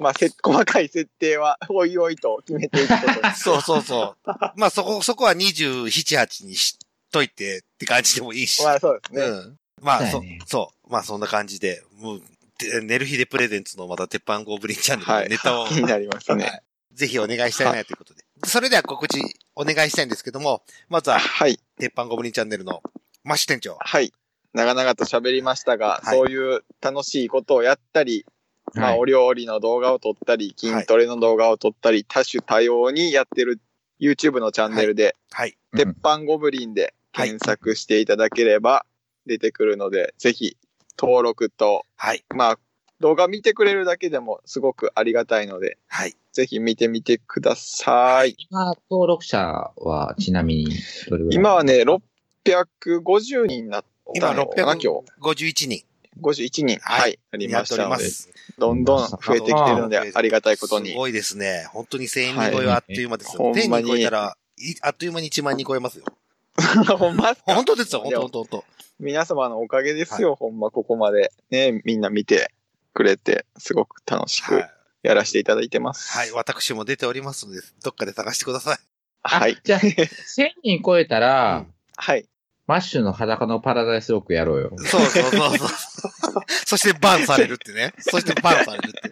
Speaker 6: まあ、せ 細かい設定は、おいおいと決めていくこ とに
Speaker 1: そうそうそう。まあそこ、そこは27、8にしといてって感じでもいいし。
Speaker 6: まあ、そうです
Speaker 1: う
Speaker 6: ね。
Speaker 1: ん。まあ、
Speaker 3: そ
Speaker 1: そう
Speaker 3: やね、
Speaker 1: そう。まあそんな感じで、もう、で寝る日でプレゼンツのまた鉄板ゴブリンチャンネル
Speaker 6: は
Speaker 1: の
Speaker 6: い。
Speaker 1: ネタを、
Speaker 6: 気になりますね。
Speaker 1: ぜひお願いしたいなということで。それでは告知お願いしたいんですけども、まずは、
Speaker 6: はい。
Speaker 1: 鉄板ゴブリンチャンネルのマッシュ店長。
Speaker 6: はい。長々と喋りましたが、
Speaker 1: はい
Speaker 6: そういう楽しいことをやったり、まあ、お料理の動画を撮ったり、筋トレの動画を撮ったり、多種多様にやってる YouTube のチャンネルで、
Speaker 1: はい。
Speaker 3: うん
Speaker 6: 鉄板ゴブリンで検索していただければ出てくるので、ぜひ登録と、
Speaker 1: はい。
Speaker 6: まあ、動画見てくれるだけでもすごくありがたいので、
Speaker 1: はい、
Speaker 6: ぜひ見てみてください。
Speaker 3: 今、登録者はちなみにどれぐらい
Speaker 6: 今はね、650人になった
Speaker 1: 今
Speaker 6: のかな、今日。
Speaker 1: 651人。
Speaker 6: 51人、はい、ありました
Speaker 1: や
Speaker 6: の
Speaker 1: っておりま
Speaker 6: で
Speaker 1: す、
Speaker 6: どんどん増えてきてるので、ありがたいことに。
Speaker 1: すごいですね。本当に1000
Speaker 6: は
Speaker 1: 人
Speaker 6: い
Speaker 1: 超えはあっという間ですよ。
Speaker 6: ほんま
Speaker 1: 1000
Speaker 6: に
Speaker 1: 人超えたら、いあっという間に1万人超えますよ。
Speaker 6: ほんまっすか
Speaker 1: 本当ですよ、本当本当本
Speaker 6: 皆様のおかげですよ、ほんまここまで。ね、みんな見てくれて、すごく楽しくやらせていただいてます。
Speaker 1: 当。はい、私も出ておりますので、どっかで探してください。
Speaker 6: はい。
Speaker 3: じゃあ、1000人超えたら、
Speaker 6: はい。
Speaker 3: マッシュの裸のパラダイスロックやろうよ。
Speaker 1: そうそうそうそう。 そしてバンされるってね。そしてバンされるって。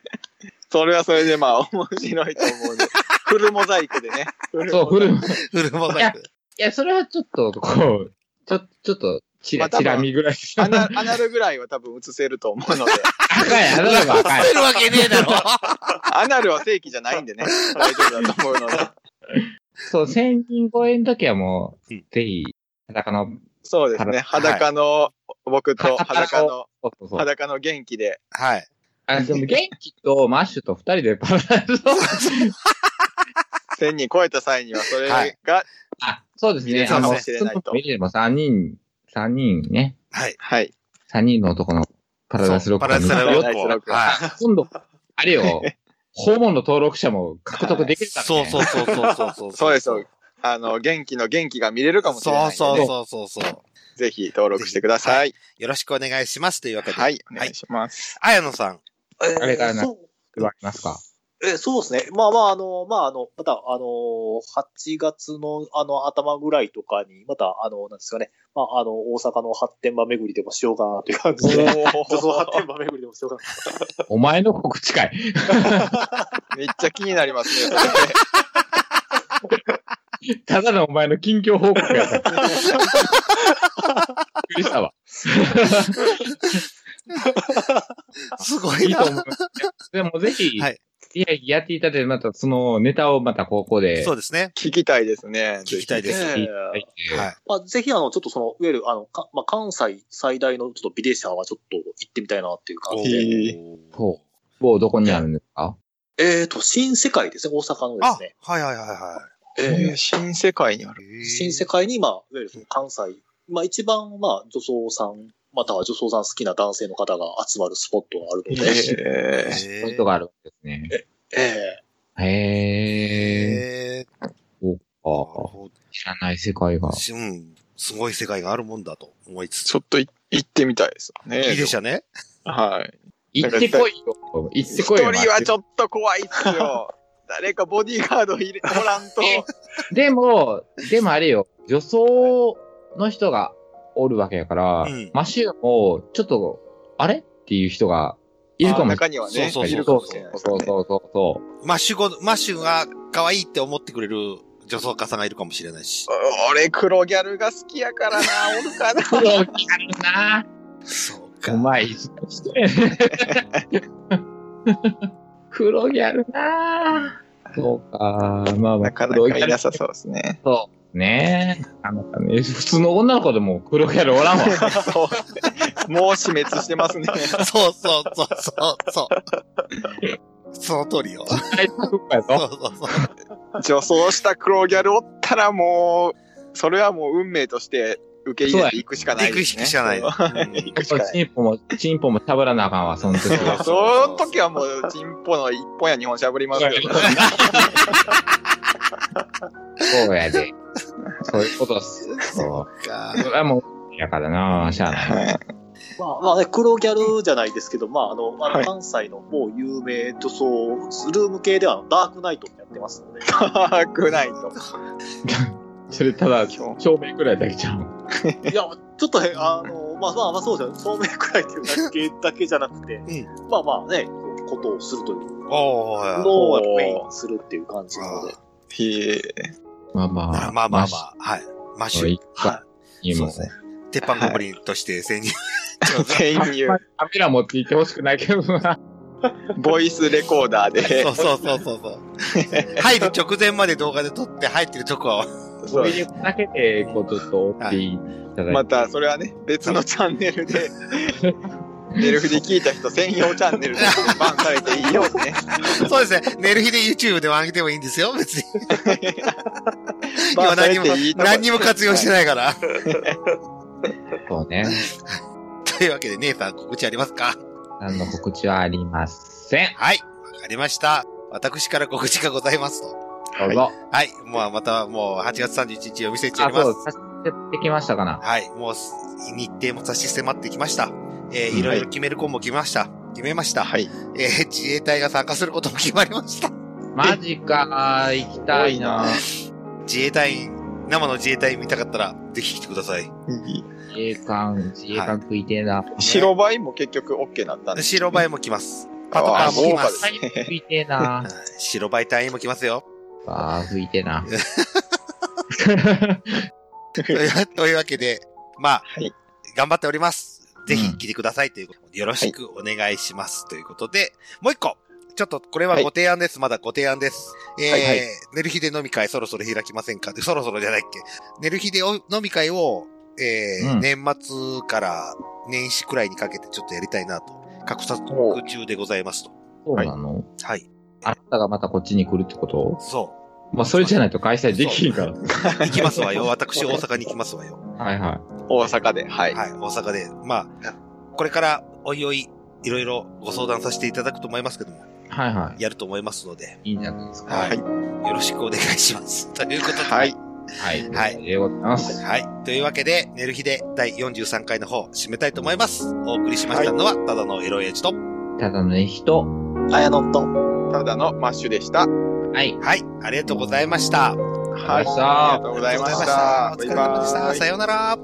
Speaker 6: それはそれでまあ面白いと思 うんで、フルモザイクでね。
Speaker 3: そう、フル。い
Speaker 1: フルモザイ
Speaker 3: や、い
Speaker 1: ク。
Speaker 3: や、それはちょっと、こう、ちょ、ちょっと、チ
Speaker 6: まあ
Speaker 3: ラ、
Speaker 6: 多分
Speaker 3: チラ見ぐらい。
Speaker 6: アナアナルぐらいは多分映せると思 うので、
Speaker 3: 赤 い、あなたが赤い。
Speaker 1: 映るわけねえだろ。
Speaker 6: アナルは正規じゃないんでね、大丈夫だと思うので。
Speaker 3: そう、1000人超えの時はもう、ぜひ、裸の、
Speaker 6: そうですね、裸の、僕と裸の、
Speaker 3: そうそうそう
Speaker 6: 裸の元気で、
Speaker 1: はい。
Speaker 3: あ、でも元気とマッシュと二人でパラダイスロ ック。
Speaker 6: 1000人超えた際にはそれ
Speaker 1: はい
Speaker 6: が、
Speaker 3: あ、そうです
Speaker 6: 見れ
Speaker 3: ね。
Speaker 6: る
Speaker 3: あ
Speaker 6: か
Speaker 3: の、
Speaker 6: もしれないと
Speaker 3: 見れれば三人、三人ね、
Speaker 1: はい。
Speaker 6: はい。
Speaker 3: 三人の男のパラダイスロック
Speaker 1: パラダイス
Speaker 6: ロ
Speaker 1: ロ
Speaker 6: ック
Speaker 1: ックを。はい。
Speaker 3: 今度、あれ よ、訪問の登録者も獲得 できるからね。
Speaker 1: そうそうそうそうそうそう。
Speaker 6: そうですよ。あの、元気の元気が見れるかもしれないの
Speaker 1: そう
Speaker 6: で、
Speaker 1: そうそうそうそう。
Speaker 6: ぜひ登録してください。
Speaker 1: よろしくお願いしますというわけで。
Speaker 6: はい、お願いします。
Speaker 1: 綾野さん。
Speaker 2: え
Speaker 3: あれからな
Speaker 2: そう
Speaker 3: う。ありますか
Speaker 2: え、そうですね。まあまあ、あの、まあ、あの、また、あの、8月の、あの、頭ぐらいとかに、また、あの、なんですかね、まあ、あの、大阪の発展場巡りでもしようかなという感じ で、女装発展場巡りでもしようかな。
Speaker 3: お前の告知会。
Speaker 6: めっちゃ気になりますね。
Speaker 3: ただのお前の近況報告やから。びっくりしたわ。
Speaker 1: すご
Speaker 3: い
Speaker 1: い
Speaker 3: い
Speaker 1: な
Speaker 3: と。思います。でもぜひ、
Speaker 1: はい
Speaker 3: いや、やっていただいて、またそのネタをまたここで、
Speaker 1: そうですね。
Speaker 6: 聞きたいですね。
Speaker 1: 聞きたいです
Speaker 6: ぜひね
Speaker 3: は
Speaker 1: は
Speaker 3: い
Speaker 1: い。
Speaker 2: まあ、ぜひ、あの、ちょっとその、いわゆる、あの、かまあ、関西最大のちょっとビデ社はちょっと行ってみたいなっていう感じで。
Speaker 6: へ
Speaker 3: そう。某どこにあるんですか
Speaker 2: えーと、新世界ですね、大阪ので
Speaker 1: あ
Speaker 2: すね。、
Speaker 1: はいはいはいは
Speaker 6: え
Speaker 2: え
Speaker 6: ー新世界にある。
Speaker 1: い。
Speaker 2: ー新世界に、まあ、いわゆるその関西、まあ、一番、まあ、女装さん、または女装さん好きな男性の方が集まるスポットがあるので、
Speaker 6: えー
Speaker 1: へ
Speaker 3: ポイン
Speaker 1: ー
Speaker 3: トがあるんですね。
Speaker 2: ええ
Speaker 3: へえ。
Speaker 1: へ
Speaker 3: あ
Speaker 1: ーなるほ
Speaker 3: 知らない世界が
Speaker 1: ど。うん。すごい世界があるもんだと思いつつ。
Speaker 6: ちょっとい行ってみたいですね。
Speaker 1: いいでしたね。
Speaker 6: はい。
Speaker 3: 行ってこいよ。行って
Speaker 6: 一
Speaker 3: こ
Speaker 6: 人
Speaker 3: いよ。
Speaker 6: はちょっと怖いっすよ。 誰かボディーガード入れおらんと。
Speaker 3: でも、でもあれよ、女装の人がおるわけやから、
Speaker 1: うん
Speaker 3: マシューも、ちょっと、あれっていう人がいるかも
Speaker 6: あー中にはね、
Speaker 1: そうそうそう
Speaker 6: いるかもしれないです
Speaker 3: そう
Speaker 6: ね。
Speaker 3: そうそうそう。
Speaker 1: マッシュご、マッシュが可愛いって思ってくれる女装家さんがいるかもしれないし。
Speaker 6: お俺黒ギャルが好きやからな、おるかな。
Speaker 3: プロあるな
Speaker 1: そう
Speaker 3: うまい人やね。黒ギャルなそうか。まあま
Speaker 6: な
Speaker 3: あ、
Speaker 6: かな
Speaker 3: 黒
Speaker 6: か
Speaker 3: ギャ
Speaker 6: いな
Speaker 3: ル
Speaker 6: さそうですね。
Speaker 3: そう。ねえ。あのね普通の女の子でも黒ギャルおらんわ。
Speaker 6: そう。もう死滅してますね。
Speaker 1: そうそうそうそうそう。その通りよ。
Speaker 3: 大作家や
Speaker 1: そうそ
Speaker 3: ぞ。
Speaker 1: うそう。
Speaker 6: 女装した黒ギャルおったらもう、それはもう運命として受け入れていくしかない
Speaker 1: 行く
Speaker 6: で
Speaker 1: 引
Speaker 6: すね。
Speaker 1: きじゃない。うん
Speaker 6: 行くしかない
Speaker 3: チンポも、チンポもしゃぶらなあかんわ、その時は。
Speaker 6: その時はもう、チンポの一本や二本しゃぶりますよ。
Speaker 3: そうや で。そういうことっす。そ
Speaker 1: か
Speaker 3: う。それはもう、やからなしゃあない。
Speaker 6: はい
Speaker 2: まあ、まあね、黒ギャルじゃないですけど、まあ、あの、あ
Speaker 6: は
Speaker 2: の
Speaker 6: い
Speaker 2: 関西の某有名女装ルーム系では、ダークナイトってやってますので、
Speaker 6: ダークナイト。
Speaker 3: それただ、
Speaker 6: 今
Speaker 3: 照明くらいだけちゃうん。
Speaker 2: いや、ちょっとね、あの、まあまあまあ、そうじゃん、照明くらいっていうだけだけじゃな くて、
Speaker 1: ん
Speaker 2: まあまあね、ことをするという
Speaker 1: おー
Speaker 2: のをやっぱメインにするっていう感じなので、
Speaker 6: 日へ
Speaker 3: まあま
Speaker 1: まあ
Speaker 3: あ。
Speaker 1: まあまあ
Speaker 3: マ
Speaker 1: まあ、はい。マッ
Speaker 3: シ
Speaker 1: シ
Speaker 3: ュ。
Speaker 1: ュ
Speaker 3: 一。回言い
Speaker 1: そうで
Speaker 3: ま
Speaker 1: すすね。。鉄板ゴブリンとして潜入。
Speaker 6: 全入、
Speaker 3: カメラ持って行ってほしくないけどな。
Speaker 6: ボイスレコーダーで
Speaker 1: そ、うそうそうそうそう。入る直前まで動画で撮って入ってるとこは、
Speaker 3: そ
Speaker 6: そうう
Speaker 3: いうだけで、こう、ちょっと追っていただいて。
Speaker 6: またそれはね、別のチャンネルで、ネルフで聞いた人専用チャンネルとしてバンされていいよね。
Speaker 1: そうですね。寝る日で YouTube でも上げてもいいんですよ、別に。今
Speaker 6: バンさ
Speaker 1: 何
Speaker 6: れ
Speaker 1: にも
Speaker 6: ていい、と思う
Speaker 1: 何にも活用してないから。
Speaker 3: そうね。
Speaker 1: というわけで、姉さん告知ありますか
Speaker 3: 何の告知はありません。
Speaker 1: はい。わかりました。私から告知がございますと。
Speaker 3: どうぞ。
Speaker 1: はい。まあ、またもう8月31日を見せちゃ
Speaker 3: あ、
Speaker 1: いま
Speaker 3: そう
Speaker 1: す。、
Speaker 3: させてきましたかな。
Speaker 1: はい。もうす、日程も差し迫ってきました。えー
Speaker 3: うん
Speaker 1: いろいろ決める子も決めました。決めました。
Speaker 6: はい。
Speaker 1: えー自衛隊が参加することも決まりました。
Speaker 3: マジか、行きたいな。
Speaker 1: 自衛隊、生の自衛隊見たかったら、ぜひ来てください。
Speaker 3: 自衛官、自衛官食いてえな。
Speaker 6: 白バイも結局 OK になったんです。
Speaker 1: 白バイも来ます。パトカーも来ま。
Speaker 6: あ豪華ですすね。
Speaker 3: 食いてえな。
Speaker 1: 白バイ隊員も来ますよ。
Speaker 3: ああ、食いてえ な。
Speaker 1: という というわけで、まあ、
Speaker 6: い
Speaker 1: 頑張っております。ぜ
Speaker 3: う
Speaker 1: ひ
Speaker 3: ん
Speaker 1: 来てくださいということで、よろしくお願いします。ということで、もう一個。ちょっと、これはご提案です。まだご提案です。えー、
Speaker 6: はいはい
Speaker 1: 寝る日で飲み会そろそろ開きませんかでそろそろじゃないっけ。寝る日でお飲み会を、えー
Speaker 3: うん
Speaker 1: 年末から年始くらいにかけてちょっとやりたいなと。格差
Speaker 6: お
Speaker 1: 中でございますと。
Speaker 3: そうなの、
Speaker 1: はい。
Speaker 3: あなたがまたこっちに来るってこと
Speaker 1: そ
Speaker 3: まあ、それじゃないと開催できんから。
Speaker 1: う。行きますわよ。私、大阪に行きますわよ。
Speaker 3: はいはい。
Speaker 6: 大阪で、はい。
Speaker 1: はい、大阪で。まあ、これから、おいおい、いろいろご相談させていただくと思いますけども、
Speaker 3: はいは
Speaker 1: やると思いますので、
Speaker 3: い。いいんじゃないですか。
Speaker 1: はい。よろしくお願いします。 ということで、
Speaker 6: は。い。
Speaker 3: はい。
Speaker 1: はい
Speaker 3: ありがとうございます。
Speaker 1: はい。というわけで、寝る日で第43回の方、締めたいと思います。お送りしましたのは、ただのエロエイジと、
Speaker 3: ただの人。
Speaker 2: あやのんと。
Speaker 6: ただのマッシュでした。
Speaker 3: はい。
Speaker 1: はい、ありがとうございました。
Speaker 3: はい。
Speaker 6: ありがとうございました。
Speaker 1: ありがとうございましたお疲れ様でした。さようなら。